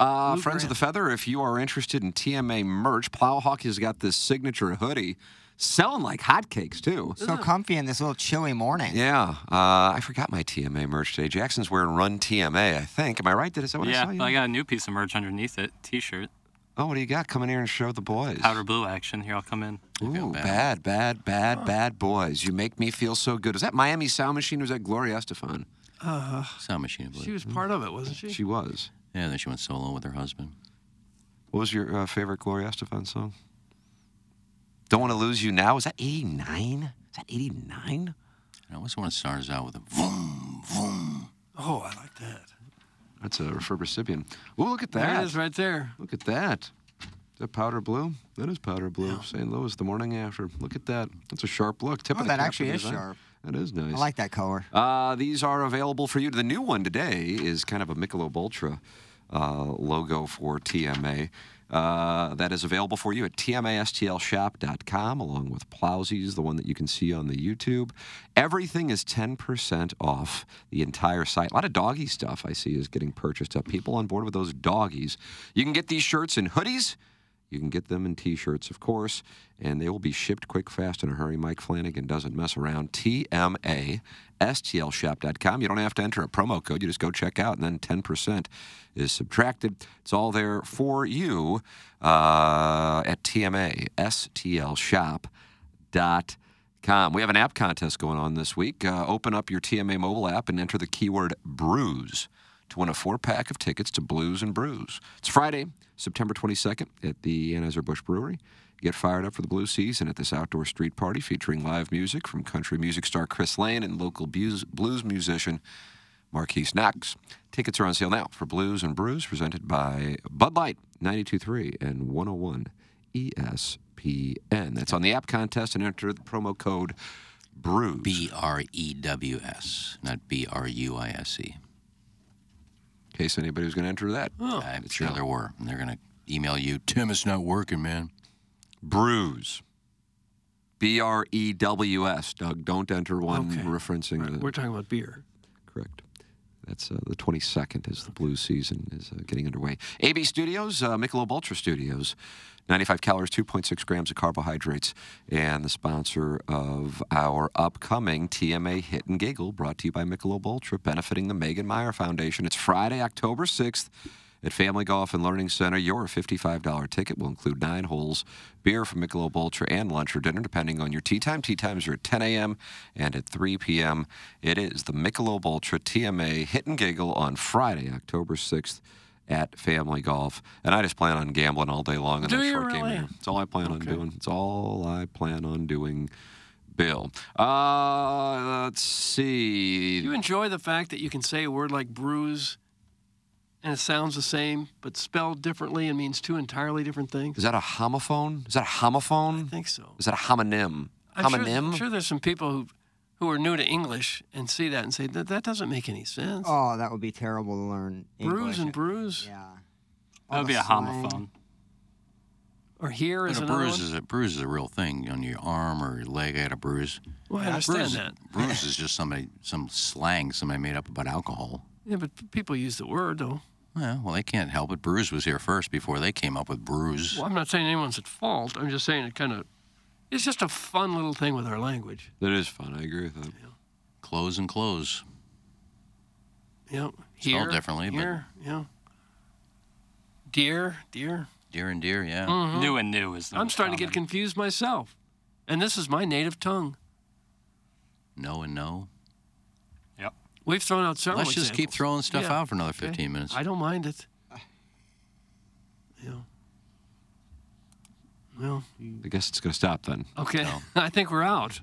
[SPEAKER 2] Friends of
[SPEAKER 3] Grant.
[SPEAKER 2] the Feather, if you are interested in TMA merch, Plowhawk has got this signature hoodie selling like hotcakes, too.
[SPEAKER 4] So comfy in this little chilly morning.
[SPEAKER 2] Yeah, uh, I forgot my TMA merch today. Jackson's wearing Run TMA, I think. Am I right? Did is that what I
[SPEAKER 6] yeah,
[SPEAKER 2] saw? You?
[SPEAKER 6] I got a new piece of merch underneath it. T-shirt,
[SPEAKER 2] oh, what do you got? Come in here and show the boys.
[SPEAKER 6] powder blue action. Here, I'll come in.
[SPEAKER 2] Ooh, bad,
[SPEAKER 5] bad.
[SPEAKER 2] bad, bad, bad boys. You make me feel so good. Is that Miami Sound Machine? Or is that Gloria Estefan?
[SPEAKER 5] Sound machine, I believe.
[SPEAKER 3] She was part of it, wasn't she?
[SPEAKER 2] She was.
[SPEAKER 5] Yeah, then she went solo with her husband.
[SPEAKER 2] What was your uh, favorite Gloria Estefan song? Don't Want to Lose You Now? Is that 89? Is that 89?
[SPEAKER 5] And I always want to start us out with a vroom, vroom.
[SPEAKER 3] Oh, I like that.
[SPEAKER 2] That's a refurbicipian. Ooh, look at that.
[SPEAKER 3] There it is right there.
[SPEAKER 2] Look at that. Is that powder blue? That is powder blue. St. Louis, the morning after. Look at that. That's a sharp look. Tip
[SPEAKER 4] Oh,
[SPEAKER 2] of the
[SPEAKER 4] that
[SPEAKER 2] cap
[SPEAKER 4] actually
[SPEAKER 2] for
[SPEAKER 4] is
[SPEAKER 2] design.
[SPEAKER 4] sharp.
[SPEAKER 2] That is nice.
[SPEAKER 4] I like that color.
[SPEAKER 2] Uh, these are available for you. The new one today is kind of a Michelob Ultra uh, logo for TMA. Uh, that is available for you at tmastlshop.com, along with Plowsies, the one that you can see on the YouTube. Everything is 10% off the entire site. A lot of doggy stuff I see is getting purchased up. People on board with those doggies. You can get these shirts and hoodies. You can get them in t shirts, of course, and they will be shipped quick, fast, in a hurry. Mike Flanagan doesn't mess around. TMA, STLshop.com. You don't have to enter a promo code. You just go check out, and then 10% is subtracted. It's all there for you uh, at TMA, STLshop.com. We have an app contest going on this week. Uh, open up your TMA mobile app and enter the keyword brews to win a four pack of tickets to Blues and Brews. It's Friday, September 22nd at the Anheuser-Busch Brewery. Get fired up for the blue season at this outdoor street party featuring live music from country music star Chris Lane and local blues, blues musician Marquise Knox. Tickets are on sale now for Blues and Brews, presented by Bud Light 92.3 and 101 E ESPN. That's on the app contest and enter the promo code BREWS.
[SPEAKER 5] B R E W S, not B R U I S E.
[SPEAKER 2] in case anybody was going to enter that.
[SPEAKER 3] Oh,
[SPEAKER 5] I'm sure there were. And they're going to email you, Tim, it's not working, man.
[SPEAKER 2] Brews. B R E W S. Doug, don't enter one
[SPEAKER 3] Okay.
[SPEAKER 2] referencing the
[SPEAKER 3] We're talking about beer.
[SPEAKER 2] correct. That's uh, the 22nd as the Blues season is uh, getting underway. AB Studios, uh, Michelob Ultra Studios, 95 calories, 2.6 grams of carbohydrates, and the sponsor of our upcoming TMA Hit and Giggle, brought to you by Michelob Ultra, benefiting the Megan Meyer Foundation. It's Friday, October 6th at Family Golf and Learning Center. Your $55 ticket will include nine holes, beer from Michelob Ultra, and lunch or dinner, depending on your tea time. Tea times are at 10 a.m. and at 3 p.m. It is the Michelob Ultra TMA Hit and Giggle on Friday, October 6th at Family Golf. And I just plan on gambling all day long in
[SPEAKER 3] Do
[SPEAKER 2] that
[SPEAKER 3] you
[SPEAKER 2] short game.
[SPEAKER 3] really?
[SPEAKER 2] there. It's all I plan on doing. It's all I plan on doing. Bill. Uh, let's see.
[SPEAKER 3] Do you enjoy the fact that you can say a word like bruise and it sounds the same but spelled differently and means two entirely different things?
[SPEAKER 2] Is that a homophone? Is that a homophone? I
[SPEAKER 3] think so.
[SPEAKER 2] Is that a homonym?
[SPEAKER 3] I'm sure,
[SPEAKER 2] homonym?
[SPEAKER 3] I'm sure there's some people who who are new to English and see that and say that that doesn't make any sense.
[SPEAKER 4] Oh, that would be terrible to learn.
[SPEAKER 3] bruise
[SPEAKER 4] English.
[SPEAKER 3] and bruise.
[SPEAKER 4] Yeah.
[SPEAKER 10] That would be a homophone.
[SPEAKER 3] Or here is
[SPEAKER 5] But a
[SPEAKER 3] another
[SPEAKER 5] bruise
[SPEAKER 3] one.
[SPEAKER 5] is a bruise is a real thing on your arm or your leg. I had a bruise.
[SPEAKER 3] Well, I understand
[SPEAKER 5] bruise,
[SPEAKER 3] that.
[SPEAKER 5] Bruise is just somebody some slang somebody made up about alcohol.
[SPEAKER 3] <laughs> Yeah, but p- people use the word though.
[SPEAKER 5] Well, well, they can't help it. Bruise was here first before they came up with bruise.
[SPEAKER 3] Well, I'm not saying anyone's at fault. I'm just saying it kind of. It's just a fun little thing with our language.
[SPEAKER 2] That is fun. I agree with that.
[SPEAKER 5] Clothes and clothes.
[SPEAKER 3] You know,
[SPEAKER 5] Spelled
[SPEAKER 3] here,
[SPEAKER 5] differently, but-
[SPEAKER 3] here, you know. Deer, deer.
[SPEAKER 5] Deer and deer, yeah.
[SPEAKER 3] Mm.
[SPEAKER 10] New and new is. the
[SPEAKER 3] I'm
[SPEAKER 10] most
[SPEAKER 3] starting to get
[SPEAKER 10] common.
[SPEAKER 3] confused myself, and this is my native tongue.
[SPEAKER 5] No and no.
[SPEAKER 10] Yep.
[SPEAKER 3] We've thrown out several.
[SPEAKER 5] Let's just keep
[SPEAKER 3] examples.
[SPEAKER 5] throwing stuff
[SPEAKER 3] Yeah,
[SPEAKER 5] out for another
[SPEAKER 3] okay.
[SPEAKER 5] 15 minutes.
[SPEAKER 3] I don't mind it. You know. Well,
[SPEAKER 2] I guess it's going to stop then.
[SPEAKER 3] okay. <laughs> I think we're out.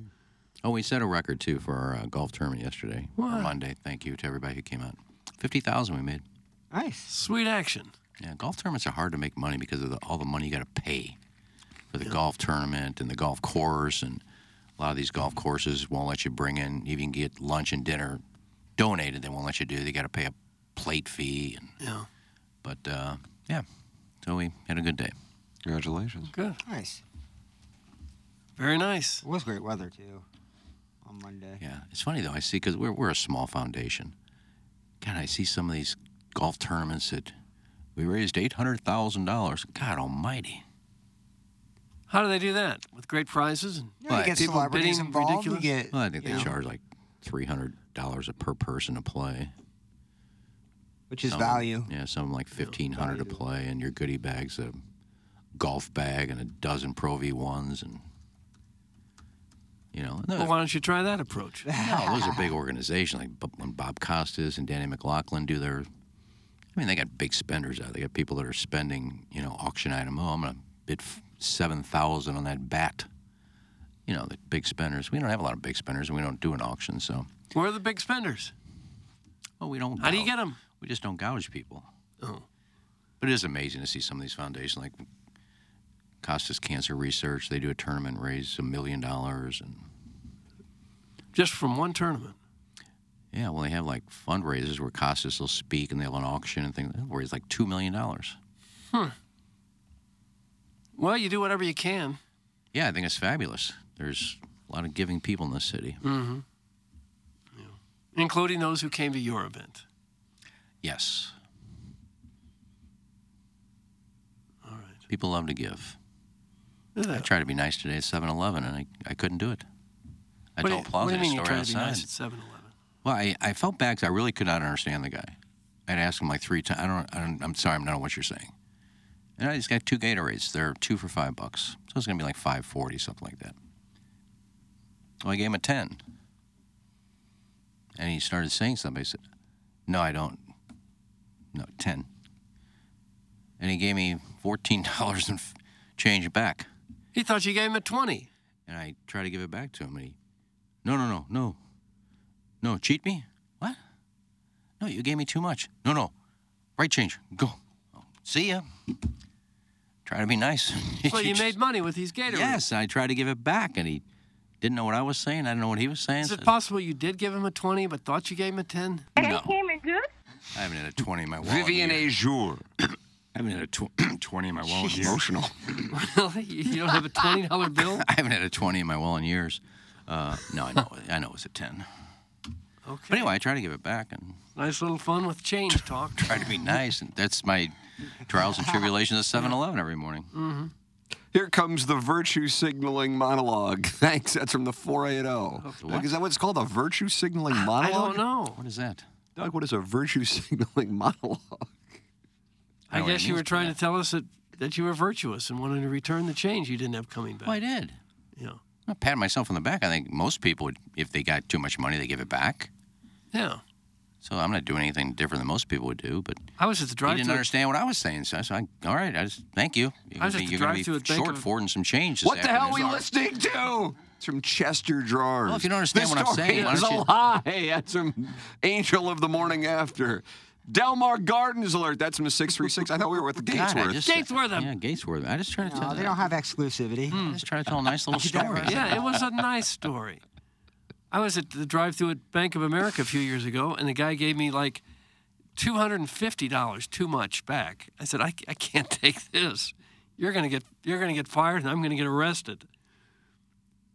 [SPEAKER 5] Oh, we set a record too for our uh, golf tournament yesterday or
[SPEAKER 3] What?
[SPEAKER 5] Monday. Thank you to everybody who came out. Fifty thousand we made.
[SPEAKER 4] Nice.
[SPEAKER 3] Sweet action.
[SPEAKER 5] Yeah, golf tournaments are hard to make money because of the, all the money you got to pay for the golf tournament and the golf course, and a lot of these golf courses won't let you bring in even get lunch and dinner donated. They won't let you do. They got to pay a plate fee. And,
[SPEAKER 3] Yeah.
[SPEAKER 5] But uh, yeah, so we had a good day.
[SPEAKER 2] Congratulations.
[SPEAKER 3] Good.
[SPEAKER 4] Nice.
[SPEAKER 3] Very nice.
[SPEAKER 4] It was great weather too. On Monday.
[SPEAKER 5] Yeah, it's funny though. I see because we're we're a small foundation. God, I see some of these golf tournaments that we raised eight hundred thousand dollars. God Almighty!
[SPEAKER 3] How do they do that? With great prizes and
[SPEAKER 4] You know, you
[SPEAKER 5] Right.
[SPEAKER 4] get
[SPEAKER 3] People
[SPEAKER 4] celebrities
[SPEAKER 3] bidding
[SPEAKER 4] involved.
[SPEAKER 3] ridiculous.
[SPEAKER 4] You get.
[SPEAKER 5] Well, I think they
[SPEAKER 4] you know,
[SPEAKER 5] charge like three hundred dollars per person to play.
[SPEAKER 4] which is
[SPEAKER 9] Oh.
[SPEAKER 5] Some-
[SPEAKER 4] value.
[SPEAKER 5] Yeah, some like fifteen hundred to play, and your goodie bags a golf bag and a dozen Pro V ones, and you know.
[SPEAKER 3] Well, why don't you try that approach?
[SPEAKER 5] No, those are big organizations like Bob- when Bob Costas and Danny McLaughlin do their. I mean, they got big spenders out. They got people that are spending, you know, auction item. Oh, I'm gonna bid f- seven thousand on that bat. You know, the big spenders. We don't have a lot of big spenders, and we don't do an auction, so.
[SPEAKER 3] Where are the big spenders?
[SPEAKER 5] Well, we don't.
[SPEAKER 3] How do you
[SPEAKER 5] gouge-
[SPEAKER 3] get 'em?
[SPEAKER 5] We just don't gouge people.
[SPEAKER 3] Oh.
[SPEAKER 5] But it is amazing to see some of these foundations, like Costas Cancer Research. They do a tournament, raise a million dollars, and
[SPEAKER 3] Just from one tournament.
[SPEAKER 5] Yeah, well, they have like fundraisers where Costas will speak and they'll have an auction and things. They'll raise like two million dollars.
[SPEAKER 3] Well, you do whatever you can.
[SPEAKER 5] Yeah, I think it's fabulous. There's a lot of giving people in this city.
[SPEAKER 3] Hmm. including those who came to your event.
[SPEAKER 5] Yes,
[SPEAKER 3] All right.
[SPEAKER 5] people love to give.
[SPEAKER 3] Look at
[SPEAKER 5] I
[SPEAKER 3] that.
[SPEAKER 5] tried to be nice today at 7-Eleven and I, I couldn't do it. I told Plaza
[SPEAKER 3] what do you
[SPEAKER 5] the
[SPEAKER 3] mean you
[SPEAKER 5] story
[SPEAKER 3] tried to be
[SPEAKER 5] outside.
[SPEAKER 3] nice at 7-Eleven?
[SPEAKER 5] Well, I, I felt bad 'cause I really could not understand the guy. I'd asked him like three times. I don't, I don't. I'm sorry. I don't know what you're saying. And I just got two Gatorades. They're two for five bucks. So it's gonna be like five forty, something like that. Well, I gave him a ten. And he started saying something. I said, "No, I don't. No, ten. And he gave me fourteen dollars and f- change back.
[SPEAKER 3] He thought you gave him a 20.
[SPEAKER 5] <laughs> And I tried to give it back to him, and he, no, no, no, no, no, cheat me? What? No, you gave me too much. No, no, right change. Go. Oh, see ya. Try to be nice.
[SPEAKER 3] <laughs> So
[SPEAKER 5] He
[SPEAKER 3] you
[SPEAKER 5] <laughs> just-
[SPEAKER 3] made money with these Gatorades.
[SPEAKER 5] Yes, I tried to give it back, and he didn't know what I was saying. I didn't know what he was saying.
[SPEAKER 3] Is
[SPEAKER 5] so-
[SPEAKER 3] it possible you did give him a 20 but thought you gave him a 10?
[SPEAKER 5] no. I haven't had a twenty in my wallet. in
[SPEAKER 2] Vivian
[SPEAKER 5] years.
[SPEAKER 2] Ajour.
[SPEAKER 5] <coughs> I haven't had a tw- <coughs> twenty in my wallet. in years.
[SPEAKER 2] Emotional.
[SPEAKER 3] <laughs> Really? you don't have a $20
[SPEAKER 5] <laughs>
[SPEAKER 3] bill?
[SPEAKER 5] I haven't had a twenty in my wallet in years. Uh, no, I know. I know it was a ten.
[SPEAKER 3] Okay.
[SPEAKER 5] But anyway, I try to give it back and
[SPEAKER 3] Nice little fun with change talk.
[SPEAKER 5] try to be nice. And that's my trials and tribulations at 7 Eleven every morning.
[SPEAKER 3] Mm-hmm.
[SPEAKER 2] Here comes the virtue signaling monologue. <laughs> Thanks. That's from the 480. Doug, Is that what it's called? A virtue signaling monologue?
[SPEAKER 3] I don't know.
[SPEAKER 5] What is that?
[SPEAKER 2] Doug, what is a virtue <laughs> signaling monologue?
[SPEAKER 5] I
[SPEAKER 3] I
[SPEAKER 5] know what it
[SPEAKER 3] guess you
[SPEAKER 5] means,
[SPEAKER 3] were trying to tell us that, that you were virtuous and wanted to return the change you didn't have coming back.
[SPEAKER 5] Well, I did.
[SPEAKER 3] Yeah.
[SPEAKER 5] I pat myself on the back. I think most people, would, if they got too much money, they give it back.
[SPEAKER 3] Yeah.
[SPEAKER 5] So I'm not doing anything different than most people would do. But
[SPEAKER 3] I was at the
[SPEAKER 5] he
[SPEAKER 3] drive
[SPEAKER 5] didn't
[SPEAKER 3] through
[SPEAKER 5] understand what I was saying. So I said, "All right, I just thank you. You're
[SPEAKER 3] I was
[SPEAKER 5] gonna
[SPEAKER 3] at
[SPEAKER 5] be,
[SPEAKER 3] the
[SPEAKER 5] you're gonna be
[SPEAKER 3] drive-thru at Bank
[SPEAKER 5] short
[SPEAKER 3] of-
[SPEAKER 5] forward and some change." This
[SPEAKER 2] What the hell are we
[SPEAKER 5] afternoon.
[SPEAKER 2] listening to? It's from Chester Drawers.
[SPEAKER 5] Well, if you don't understand
[SPEAKER 2] This
[SPEAKER 5] what I'm
[SPEAKER 2] story
[SPEAKER 5] saying, why
[SPEAKER 2] is
[SPEAKER 5] don't
[SPEAKER 2] a
[SPEAKER 5] you-
[SPEAKER 2] lie. <laughs> That's from Angel of the Morning After. Delmar Gardens alert. That's from the 636. I thought we were with the
[SPEAKER 5] God, I
[SPEAKER 2] Gatesworth.
[SPEAKER 5] just,
[SPEAKER 3] Gatesworth 'em.
[SPEAKER 5] Yeah, Gatesworth. I just try to
[SPEAKER 4] No,
[SPEAKER 5] tell.
[SPEAKER 4] Uh, they don't
[SPEAKER 9] Mm.
[SPEAKER 4] have exclusivity.
[SPEAKER 5] I just try to tell a nice little story.
[SPEAKER 3] <laughs> Yeah, it was a nice story. I was at the drive-through at Bank of America a few years ago, and the guy gave me like two hundred and fifty dollars too much back. I said, I, I can't <laughs> take this. You're gonna get you're gonna get fired, and I'm gonna get arrested.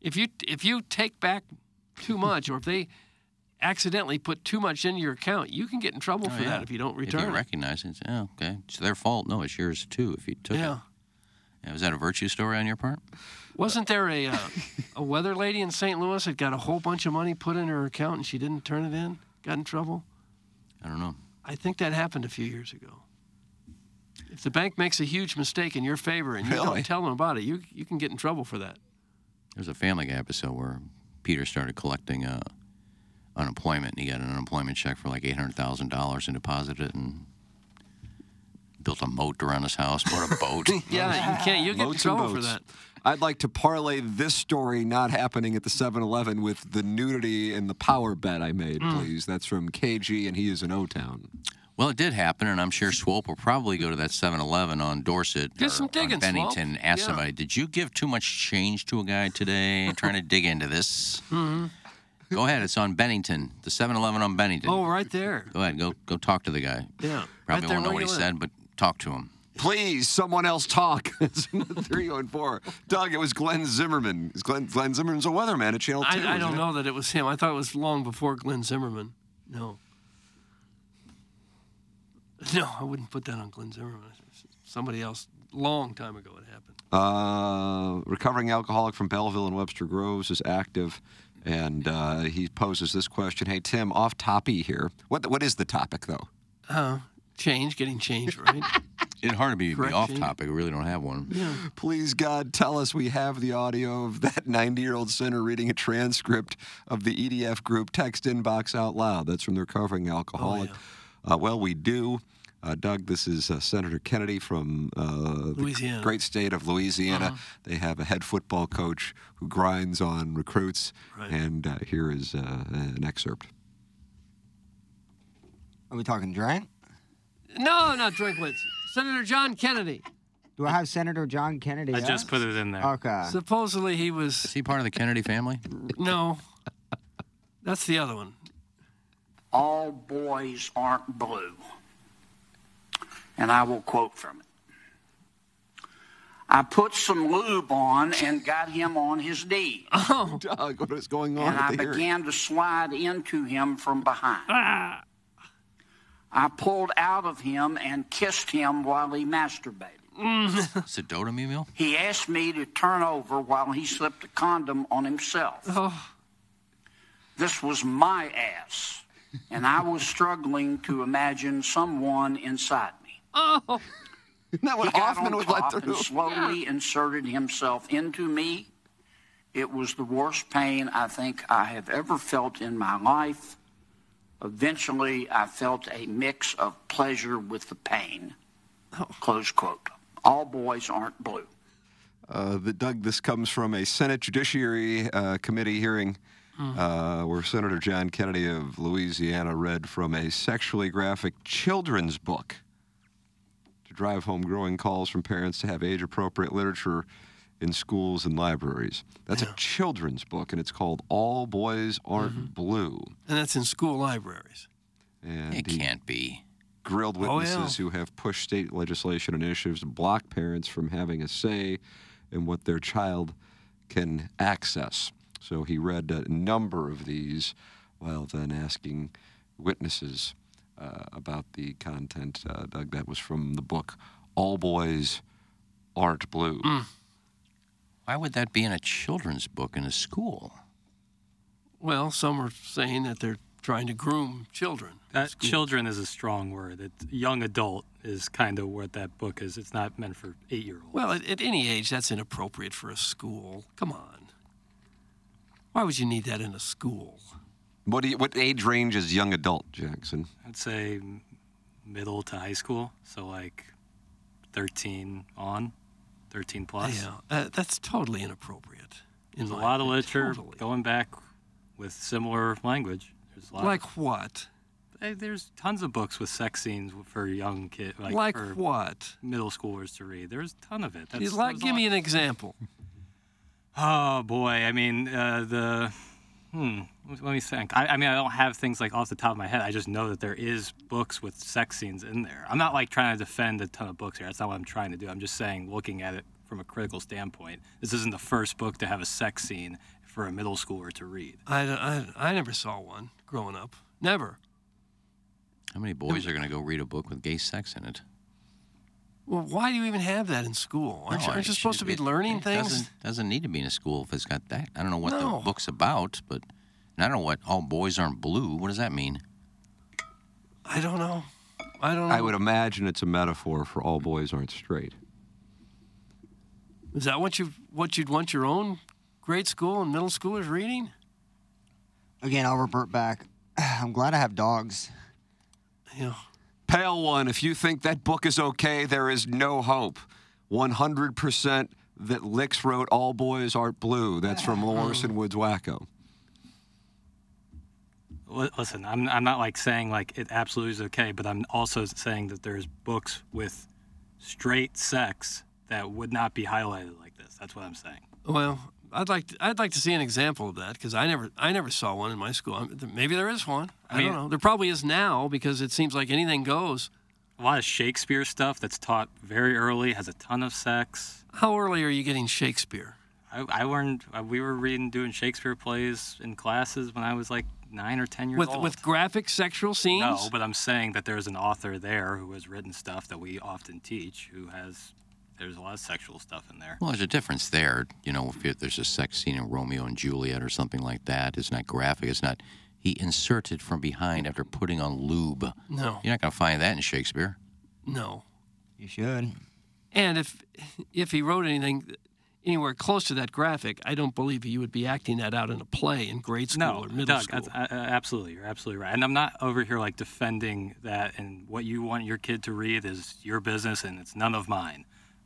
[SPEAKER 3] If you if you take back
[SPEAKER 5] <laughs>
[SPEAKER 3] too much, or if they accidentally put too much into your account, you can get in trouble for
[SPEAKER 5] Oh, yeah.
[SPEAKER 3] that if you don't
[SPEAKER 5] If you
[SPEAKER 3] return. it.
[SPEAKER 5] recognize it, it's, oh, okay, it's their fault. No, it's yours too. If you took
[SPEAKER 3] yeah.
[SPEAKER 5] it, Yeah, was that a virtue story on your part?
[SPEAKER 3] Wasn't there a uh, a weather lady in St. Louis that got a whole bunch of money put in her account and she didn't turn it in? Got in trouble?
[SPEAKER 5] I don't know.
[SPEAKER 3] I think that happened a few years ago. If the bank makes a huge mistake in your favor and you
[SPEAKER 2] Really?
[SPEAKER 3] don't tell them about it, you you can get in trouble for that.
[SPEAKER 5] There's a Family Guy episode where Peter started collecting uh, unemployment, and he got an unemployment check for like eight hundred thousand dollars and deposited it, and built a moat around his house, bought a boat.
[SPEAKER 3] <laughs> Yeah, you can't. You get in
[SPEAKER 2] Boats and
[SPEAKER 3] trouble for
[SPEAKER 2] boats.
[SPEAKER 3] that.
[SPEAKER 2] I'd like to parlay this story not happening at the 7 Eleven with the nudity and the power bet I made,
[SPEAKER 3] Mm.
[SPEAKER 2] please. That's from KG, and he is in O Town.
[SPEAKER 5] Well, it did happen, and I'm sure Swope will probably go to that 7-Eleven on Dorset
[SPEAKER 3] Do
[SPEAKER 5] or
[SPEAKER 3] some digging,
[SPEAKER 5] on Bennington and ask
[SPEAKER 3] Yeah.
[SPEAKER 5] somebody, "Did you give too much change to a guy today?"
[SPEAKER 3] <laughs>
[SPEAKER 5] trying to dig into this.
[SPEAKER 3] Mm-hmm.
[SPEAKER 5] Go ahead, it's on Bennington, the 7-Eleven on Bennington.
[SPEAKER 3] Oh, right there.
[SPEAKER 5] Go ahead, go go talk to the guy.
[SPEAKER 3] Yeah.
[SPEAKER 5] Probably
[SPEAKER 3] right there
[SPEAKER 5] won't know
[SPEAKER 3] where
[SPEAKER 5] what
[SPEAKER 3] you
[SPEAKER 5] he
[SPEAKER 3] live.
[SPEAKER 5] said, but talk to him.
[SPEAKER 2] Please, someone else talk. <laughs> That's from the 304. Doug, it was Glenn Zimmerman. It's Glenn, Glenn Zimmerman's a weatherman at Channel 2.
[SPEAKER 3] I, I
[SPEAKER 2] isn't
[SPEAKER 3] don't
[SPEAKER 2] it?
[SPEAKER 3] know that it was him. I thought it was long before Glenn Zimmerman. No. No, I wouldn't put that on Glenn Zimmerman. Somebody else, long time ago it happened.
[SPEAKER 2] Uh, recovering alcoholic from Belleville and Webster Groves is active, and uh, he poses this question: Hey Tim, off toppy here. What what is the topic though?
[SPEAKER 3] Uh, change, getting change, right?
[SPEAKER 5] It'd hard to be, be
[SPEAKER 3] Correct,
[SPEAKER 5] off
[SPEAKER 3] Jamie.
[SPEAKER 5] topic. We really don't have one.
[SPEAKER 2] Please God, tell us we have the audio of that <laughs> 90-year-old sinner reading a transcript of the EDF group text inbox out loud. That's from the recovering alcoholic.
[SPEAKER 3] Oh,
[SPEAKER 2] uh, well, we do. Uh, Doug, this is uh, Senator Kennedy from uh, the
[SPEAKER 3] Louisiana. Uh-huh.
[SPEAKER 2] great state of Louisiana. They have a head football coach who grinds on recruits,
[SPEAKER 3] Right.
[SPEAKER 2] and uh, here is uh, an excerpt.
[SPEAKER 4] Are we talking drink?
[SPEAKER 3] <laughs> no, not Drinkwitz. Senator John Kennedy.
[SPEAKER 4] Do I have Senator John Kennedy?
[SPEAKER 9] I
[SPEAKER 4] up?
[SPEAKER 9] just put it in there.
[SPEAKER 6] Uh.
[SPEAKER 4] Okay.
[SPEAKER 3] Supposedly he
[SPEAKER 5] Is
[SPEAKER 3] was
[SPEAKER 5] he part of the Kennedy
[SPEAKER 6] <laughs>
[SPEAKER 5] family?
[SPEAKER 3] no. That's the other one.
[SPEAKER 6] All boys aren't blue. And I will quote from it. I put some lube on and got him on his knee.
[SPEAKER 2] Doug, what is going on
[SPEAKER 6] and I
[SPEAKER 2] with the hearing?
[SPEAKER 6] began to slide into him from behind. I pulled out of him and kissed him while he masturbated.
[SPEAKER 5] Sedona Mimil?
[SPEAKER 6] He asked me to turn over while he slipped a condom on himself.
[SPEAKER 3] Oh,
[SPEAKER 6] This was my ass, and I was struggling to imagine someone inside me.
[SPEAKER 3] oh,
[SPEAKER 2] Isn't that
[SPEAKER 6] He
[SPEAKER 2] what
[SPEAKER 6] got
[SPEAKER 2] Hoffman
[SPEAKER 6] on
[SPEAKER 2] was let
[SPEAKER 6] top and
[SPEAKER 2] through?
[SPEAKER 6] slowly inserted himself into me. It was the worst pain I think I have ever felt in my life. Eventually, I felt a mix of pleasure with the pain.
[SPEAKER 2] Oh.
[SPEAKER 6] Close quote. All boys aren't blue.
[SPEAKER 2] Uh, the, Doug, this comes from a Senate Judiciary uh, Committee hearing uh, where Senator John Kennedy of Louisiana read from a sexually graphic children's book to drive home growing calls from parents to have age appropriate literature in schools and libraries. That's a children's book, and it's called All Boys Aren't Blue.
[SPEAKER 3] and that's in school libraries.
[SPEAKER 2] And
[SPEAKER 5] It
[SPEAKER 2] he
[SPEAKER 5] can't be.
[SPEAKER 2] grilled
[SPEAKER 3] Oh, yeah.
[SPEAKER 2] witnesses who have pushed state legislation initiatives to block parents from having a say in what their child can access. So he read a number of these.
[SPEAKER 11] while then asking witnesses uh, about the content, uh, Doug. That was from the book All Boys Aren't Blue.
[SPEAKER 3] Mm.
[SPEAKER 5] Why would that be in a children's book in a school?
[SPEAKER 3] Well, some are saying that they're trying to groom children.
[SPEAKER 6] That children is a strong word. It, young adult is kind of what that book is. It's not meant for eight year olds.
[SPEAKER 3] Well, at, at any age, that's inappropriate for a school. Come on. Why would you need that in a school?
[SPEAKER 11] What, do you, what age range is young adult, Jackson?
[SPEAKER 6] I'd say middle to high school, so like 13 on, 13 plus.
[SPEAKER 3] Yeah, uh, that's totally inappropriate.
[SPEAKER 6] There's a lot of literature going back with similar language. There's a lot
[SPEAKER 3] Like
[SPEAKER 6] of,
[SPEAKER 3] what?
[SPEAKER 6] Eh, there's tons of books with sex scenes for young kids. Like,
[SPEAKER 3] Like
[SPEAKER 6] for
[SPEAKER 3] what?
[SPEAKER 6] Middle schoolers to read. There's a ton of it.
[SPEAKER 3] You'd like,
[SPEAKER 6] there's a
[SPEAKER 3] give
[SPEAKER 6] lot.
[SPEAKER 3] me an example.
[SPEAKER 6] Oh boy, I mean uh, the. Hmm. Let me think. I, I mean, I don't have things like off the top of my head. I just know that there is books with sex scenes in there. I'm not like trying to defend a ton of books here. That's not what I'm trying to do. I'm just saying, looking at it from a critical standpoint, this isn't the first book to have a sex scene for a middle schooler to read.
[SPEAKER 3] I, I, I never saw one growing up. Never.
[SPEAKER 5] How many boys are going to go read a book with gay sex in it?
[SPEAKER 3] Well, why do you even have that in school? Aren't, you,
[SPEAKER 5] No,
[SPEAKER 3] aren't you
[SPEAKER 5] it
[SPEAKER 3] supposed to
[SPEAKER 5] should
[SPEAKER 3] be learning
[SPEAKER 5] it
[SPEAKER 3] things?
[SPEAKER 5] Doesn't, doesn't need to be in a school if it's got that. I don't know what
[SPEAKER 3] No.
[SPEAKER 5] the book's about, but and I don't know what all boys aren't blue. What does that mean?
[SPEAKER 3] I don't know. I don't know.
[SPEAKER 11] I would imagine it's a metaphor for all boys aren't straight.
[SPEAKER 3] Is that what you what you'd want your own grade school and middle schoolers reading?
[SPEAKER 4] Again, I'll revert back. <sighs> I'm glad I have dogs.
[SPEAKER 3] Yeah.
[SPEAKER 11] Pale one, if you think that book is okay, there is no hope. 100% that Licks wrote All Boys Aren't Blue. That's from Orson Woods Wacko.
[SPEAKER 6] Li- Listen, I'm, I'm not like saying like it absolutely is okay, but I'm also saying that there's books with straight sex that would not be highlighted like this. That's what I'm saying.
[SPEAKER 3] Well, I'd like to, I'd like to see an example of that because I never I never saw one in my school. I'm, th- maybe there is one. I,
[SPEAKER 6] I mean-
[SPEAKER 3] don't know. There probably is now because it seems like anything goes.
[SPEAKER 6] A lot of Shakespeare stuff that's taught very early has a ton of sex.
[SPEAKER 3] How early are you getting Shakespeare?
[SPEAKER 6] I, I learned uh, we were reading doing Shakespeare plays in classes when I was like nine or ten years
[SPEAKER 3] With
[SPEAKER 6] old.
[SPEAKER 3] with graphic sexual scenes?
[SPEAKER 6] no, but I'm saying that there's an author there who has written stuff that we often teach who has there's a lot of sexual stuff in there.
[SPEAKER 5] Well, there's a difference there. You know, if it- there's a sex scene in Romeo and Juliet or something like that, it's not graphic. It's not. He inserted from behind after putting on lube.
[SPEAKER 3] No.
[SPEAKER 5] You're not going to find that in Shakespeare.
[SPEAKER 3] No.
[SPEAKER 4] You should.
[SPEAKER 3] And if if he wrote anything anywhere close to that graphic, I don't believe he would be acting that out in a play in grade school
[SPEAKER 6] No,
[SPEAKER 3] or middle
[SPEAKER 6] Doug,
[SPEAKER 3] school.
[SPEAKER 6] that's- I, I- Uh, absolutely, you're absolutely right. And I'm not over here like defending that. And what you want your kid to read is your business, and it's none of mine.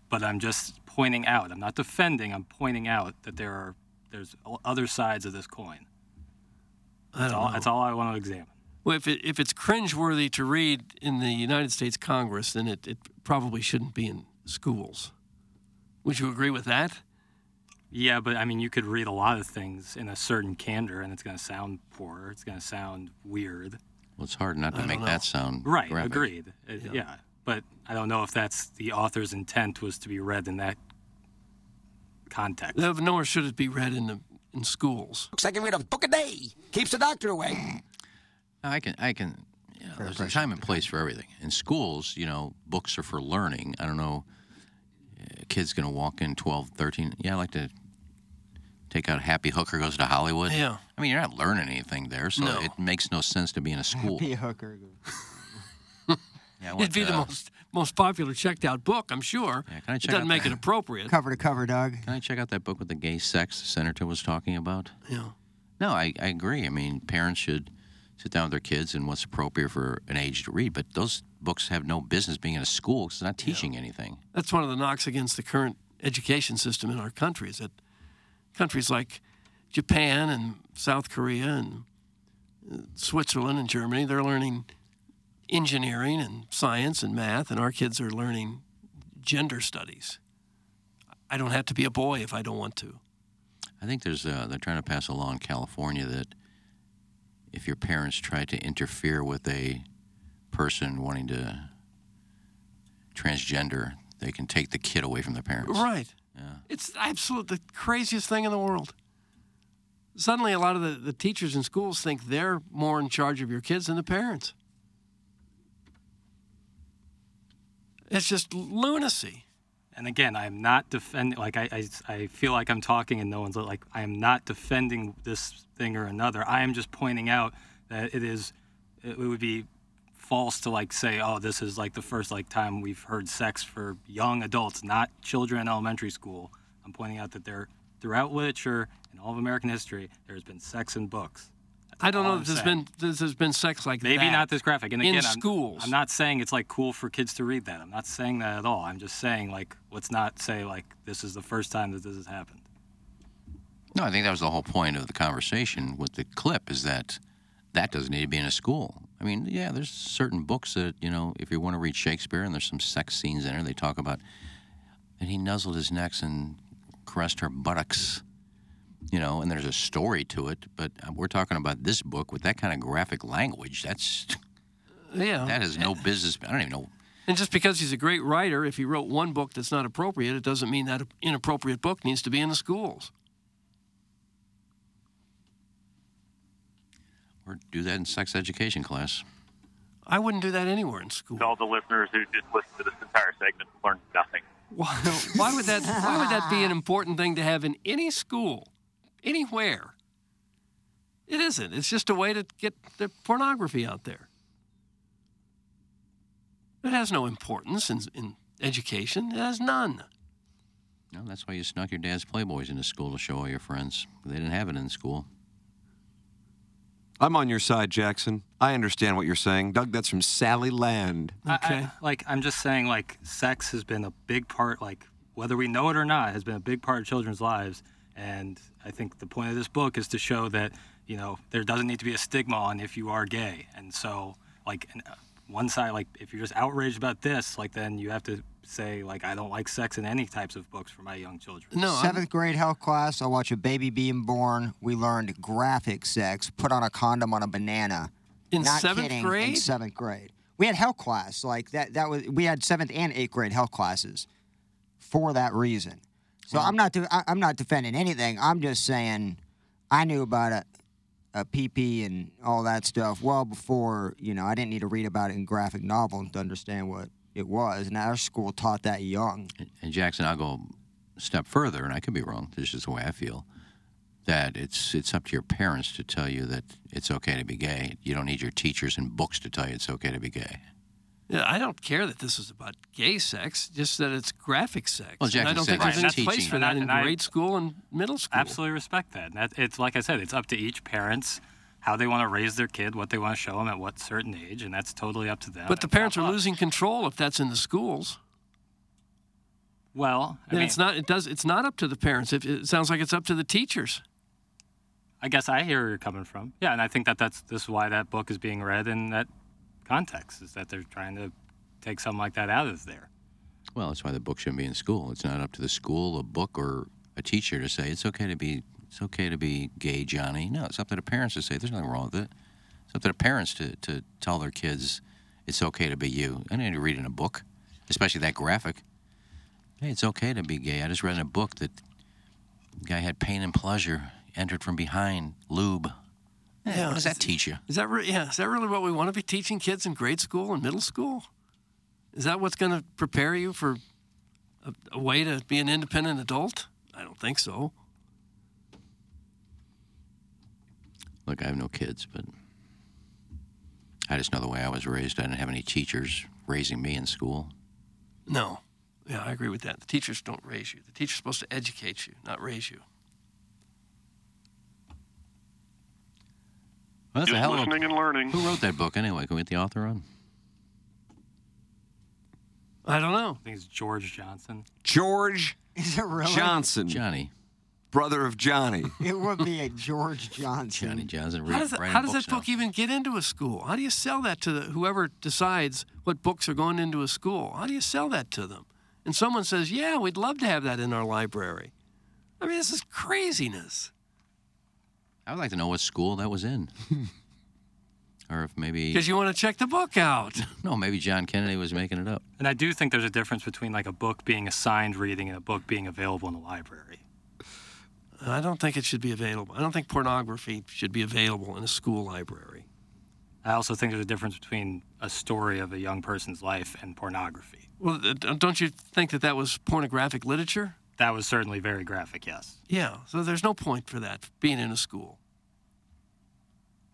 [SPEAKER 6] But I'm just pointing out. I'm not defending. I'm pointing out that there are there's o- other sides of this coin.
[SPEAKER 3] I
[SPEAKER 6] That's
[SPEAKER 3] don't
[SPEAKER 6] all.
[SPEAKER 3] know.
[SPEAKER 6] That's all I want to examine.
[SPEAKER 3] Well, if, it, if it's cringeworthy to read in the United States Congress, then it, it probably shouldn't be in schools. Would you agree with that?
[SPEAKER 6] Yeah, but I mean, you could read a lot of things in a certain candor, and it's going to sound poor. It's going to sound weird.
[SPEAKER 5] Well, it's hard not to make that sound
[SPEAKER 6] Right.
[SPEAKER 5] graphic.
[SPEAKER 6] Agreed. Uh, yeah. But I don't know if that's the author's intent was to be read in that context.
[SPEAKER 3] No, Nor should it be read in the, in schools.
[SPEAKER 12] Looks like I read a book a day. Keeps the doctor away.
[SPEAKER 5] No, I can, I can. You know, there's a time and place for everything. In schools, you know, books are for learning. I don't know. A kid's gonna walk in 12, 13. Yeah, I like to take out Happy Hooker goes to Hollywood.
[SPEAKER 3] Yeah.
[SPEAKER 5] I mean, you're not learning anything there, so
[SPEAKER 3] No.
[SPEAKER 5] it makes no sense to be in
[SPEAKER 3] <laughs>
[SPEAKER 5] a school.
[SPEAKER 4] P. Hooker.
[SPEAKER 5] Yeah, I
[SPEAKER 3] It'd
[SPEAKER 5] want,
[SPEAKER 3] be the
[SPEAKER 5] uh,
[SPEAKER 3] most most popular checked out book, I'm sure.
[SPEAKER 5] Yeah, can I
[SPEAKER 3] it
[SPEAKER 5] check
[SPEAKER 3] doesn't
[SPEAKER 5] out
[SPEAKER 3] make
[SPEAKER 5] that?
[SPEAKER 3] it appropriate.
[SPEAKER 4] Cover to cover, Doug.
[SPEAKER 5] Can I check out that book with the gay sex the senator was talking about?
[SPEAKER 3] Yeah.
[SPEAKER 5] No, I, I agree. I mean, parents should sit down with their kids and what's appropriate for an age to read, but those books have no business being in a school 'cause it's not teaching anything.
[SPEAKER 3] That's one of the knocks against the current education system in our country is that countries like Japan and South Korea and uh, Switzerland and Germany, they're learning engineering and science and math, and our kids are learning gender studies. I don't have to be a boy if I don't want to.
[SPEAKER 5] I think there's uh, they're trying to pass a law in California that if your parents try to interfere with a person wanting to transgender, they can take the kid away from the parents.
[SPEAKER 3] Right.
[SPEAKER 5] Yeah.
[SPEAKER 3] It's absolute the craziest thing in the world. suddenly a lot of the, the teachers in schools think they're more in charge of your kids than the parents. It's just lunacy.
[SPEAKER 6] And again, I'm not defending, like, I, I, I feel like I'm talking and no one's like, I am not defending this thing or another. I am just pointing out that it is, it would be false to like say, oh, this is like the first like time we've heard sex for young adults, not children in elementary school. I'm pointing out that there, throughout literature and all of American history, there's been sex in books. That's
[SPEAKER 3] I don't
[SPEAKER 6] all
[SPEAKER 3] know
[SPEAKER 6] I'm
[SPEAKER 3] if there's
[SPEAKER 6] saying.
[SPEAKER 3] been there's, there's been sex like
[SPEAKER 6] Oh, Maybe
[SPEAKER 3] that.
[SPEAKER 6] not this graphic. And
[SPEAKER 3] in
[SPEAKER 6] again, I'm,
[SPEAKER 3] schools.
[SPEAKER 6] I'm not saying it's like cool for kids to read that. I'm not saying that at all. I'm just saying like let's not say like this is the first time that this has happened.
[SPEAKER 5] No, I think that was the whole point of the conversation with the clip is that that doesn't need to be in a school. I mean, yeah, there's certain books that, you know, if you want to read Shakespeare and there's some sex scenes in there, they talk about, and he nuzzled his necks and caressed her buttocks, you know, and there's a story to it. But uh, we're talking about this book with that kind of graphic language. That's,
[SPEAKER 3] Yeah.
[SPEAKER 5] that is no business. I don't even know.
[SPEAKER 3] And just because he's a great writer, if he wrote one book that's not appropriate, it doesn't mean that inappropriate book needs to be in the schools.
[SPEAKER 5] Or do that in sex education class.
[SPEAKER 3] I wouldn't do that anywhere in school.
[SPEAKER 13] To all the listeners who just listened to this entire segment learned nothing.
[SPEAKER 3] Why, why would that why would that be an important thing to have in any school, anywhere? It isn't. It's just a way to get the pornography out there. It has no importance in, in education. It has none.
[SPEAKER 5] No, that's why you snuck your dad's Playboys into school to show all your friends. They didn't have it in school.
[SPEAKER 11] I'm on your side, Jackson. I understand what you're saying. Doug, that's from Sally Land.
[SPEAKER 6] I- I, like I'm just saying like sex has been a big part like whether we know it or not has been a big part of children's lives and I think the point of this book is to show that you know there doesn't need to be a stigma on if you are gay and so like an, uh, one side like if you're just outraged about this like then you have to say like I don't like sex in any types of books for my young children.
[SPEAKER 4] 7th grade health class, I watch a baby being born. We learned graphic sex, put on a condom on a banana.
[SPEAKER 3] In
[SPEAKER 4] Not
[SPEAKER 3] seventh
[SPEAKER 4] kidding, In
[SPEAKER 3] grade?
[SPEAKER 4] seventh grade. We had health class. Like that, that was, we had seventh and eighth grade health classes for that reason. So I'm not, de- I, I'm not defending anything. I'm just saying I knew about a, a PP and all that stuff well before, you know, I didn't need to read about it in graphic novels to understand what it was. And our school taught that young.
[SPEAKER 5] and Jackson, I'll go a step further, and I could be wrong. This is the way I feel. That it's it's up to your parents to tell you that it's okay to be gay. You don't need your teachers and books to tell you it's okay to be gay.
[SPEAKER 3] Yeah, I don't care that this is about gay sex, just that it's graphic sex.
[SPEAKER 5] Well,
[SPEAKER 3] and I
[SPEAKER 5] Jackson
[SPEAKER 3] don't
[SPEAKER 5] said
[SPEAKER 3] think there's
[SPEAKER 5] it's
[SPEAKER 3] any
[SPEAKER 5] teaching.
[SPEAKER 3] place for
[SPEAKER 5] And
[SPEAKER 3] that
[SPEAKER 5] I-
[SPEAKER 3] in
[SPEAKER 5] and I-
[SPEAKER 3] grade school and middle school.
[SPEAKER 6] Absolutely respect that. And that it's like I said, it's up to each parents how they want to raise their kid, what they want to show them at what certain age, and that's totally up to them.
[SPEAKER 3] But the parents are losing control if that's in the schools.
[SPEAKER 6] Well, I
[SPEAKER 3] then
[SPEAKER 6] mean-
[SPEAKER 3] it's not. It does. It's not up to the parents. If it sounds like it's up to the teachers.
[SPEAKER 6] I guess I hear where you're coming from. Yeah, and I think that that's this is why that book is being read in that context is that they're trying to take something like that out of there.
[SPEAKER 5] Well, that's why the book shouldn't be in school. It's not up to the school, a book, or a teacher to say it's okay to be it's okay to be gay, Johnny. No, it's up to the parents to say there's nothing wrong with it. It's up to the parents to, to tell their kids it's okay to be you. I didn't read in a book, especially that graphic. Hey, it's okay to be gay. I just read in a book that the guy had pain and pleasure entered from behind lube. Yeah, what does that teach you?
[SPEAKER 3] Is that re- yeah? Is that really what we want to be teaching kids in grade school and middle school? Is that what's going to prepare you for a, a way to be an independent adult? I don't think so.
[SPEAKER 5] Look, I have no kids, but I just know the way I was raised. I didn't have any teachers raising me in school.
[SPEAKER 3] No. Yeah, I agree with that. The teachers don't raise you. The teacher's supposed to educate you, not raise you.
[SPEAKER 5] Well, that's a
[SPEAKER 13] Just
[SPEAKER 5] hell of a-
[SPEAKER 13] listening and learning.
[SPEAKER 5] Who wrote that book anyway? Can we get the author on?
[SPEAKER 3] I don't know.
[SPEAKER 6] I think it's George Johnson.
[SPEAKER 11] George
[SPEAKER 4] Is it really?
[SPEAKER 11] Johnson.
[SPEAKER 5] Johnny.
[SPEAKER 11] Brother of Johnny.
[SPEAKER 4] It would be a George Johnson.
[SPEAKER 5] Johnny Johnson.
[SPEAKER 3] How does, that, how does that book even get into a school? How do you sell that to the, whoever decides what books are going into a school? How do you sell that to them? And someone says, "Yeah, we'd love to have that in our library." I mean, this is craziness.
[SPEAKER 5] I would like to know what school that was in. or if maybe.
[SPEAKER 3] Because you want to check the book out.
[SPEAKER 5] No, maybe John Kennedy was making it up.
[SPEAKER 6] <laughs> And I do think there's a difference between like a book being assigned reading and a book being available in the library.
[SPEAKER 3] I don't think it should be available. I don't think pornography should be available in a school library.
[SPEAKER 6] I also think there's a difference between a story of a young person's life and pornography.
[SPEAKER 3] Well, th- don't you think that that was pornographic literature?
[SPEAKER 6] That was certainly very graphic, yes.
[SPEAKER 3] Yeah, so there's no point for that being in a school.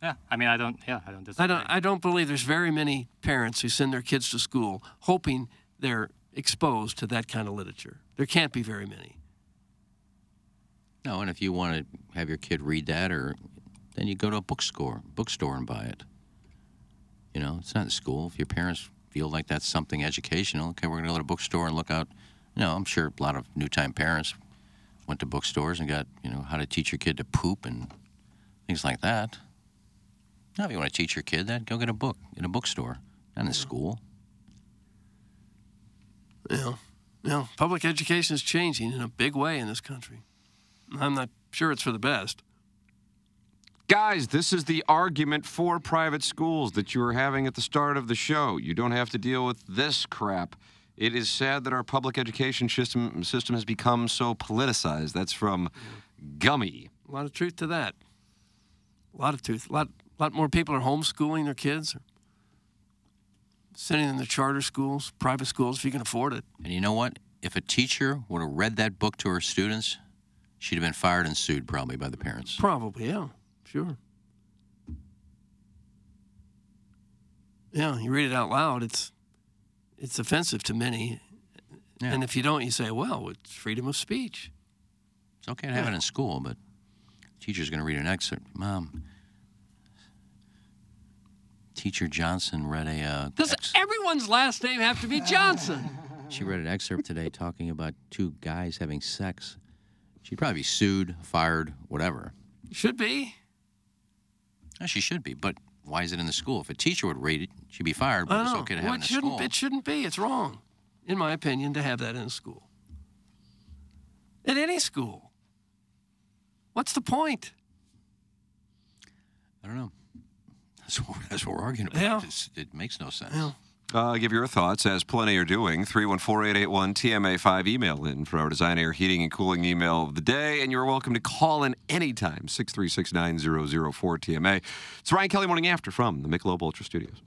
[SPEAKER 6] Yeah, I mean, I don't. Yeah, I don't. Disagree.
[SPEAKER 3] I don't. I don't believe there's very many parents who send their kids to school hoping they're exposed to that kind of literature. There can't be very many.
[SPEAKER 5] No, and if you want to have your kid read that, or then you go to a bookstore, bookstore and buy it. You know, it's not in school. If your parents feel like that's something educational, okay, we're going to go to a bookstore and look out. You know, I'm sure a lot of new time parents went to bookstores and got you know how to teach your kid to poop and things like that. Now, if you want to teach your kid that, go get a book in a bookstore, not in a school.
[SPEAKER 3] Yeah. Yeah. Public education is changing in a big way in this country. I'm not sure it's for the best.
[SPEAKER 2] Guys, this is the argument for private schools that you were having at the start of the show. You don't have to deal with this crap. It is sad that our public education system, system has become so politicized. That's from Gummy.
[SPEAKER 3] A lot of truth to that. A lot of truth. A lot, a lot more people are homeschooling their kids, or sending them to charter schools, private schools, if you can afford it.
[SPEAKER 5] And you know what? If a teacher would have read that book to her students, she'd have been fired and sued probably by the parents.
[SPEAKER 3] Probably, yeah, sure. Yeah, you read it out loud. It's it's offensive to many, yeah. and if you don't, you say, "Well, it's freedom of speech."
[SPEAKER 5] It's okay to have yeah. it in school, but teacher's going to read an excerpt. Mom, Teacher Johnson read a. Uh,
[SPEAKER 3] Does ex- everyone's last name have to be Johnson?
[SPEAKER 5] she read an excerpt today talking about two guys having sex. She'd probably be sued, fired, whatever.
[SPEAKER 3] Should be.
[SPEAKER 5] No, she should be, but why is it in the school? If a teacher would read it, she'd be fired, but it's okay to have well, it in
[SPEAKER 3] shouldn't,
[SPEAKER 5] school.
[SPEAKER 3] Oh, It shouldn't be. It's wrong, in my opinion, to have that in a school. At any school. What's the point?
[SPEAKER 5] I don't know. That's what, that's what, we're arguing about. Yeah. It's, it makes no sense. Yeah.
[SPEAKER 2] Uh, give your thoughts, as plenty are doing. 314 TMA5 email in for our Design Air Heating and Cooling email of the day. And you're welcome to call in anytime, 636 9004 TMA. It's Ryan Kelly Morning After from the Michelob Ultra Studios.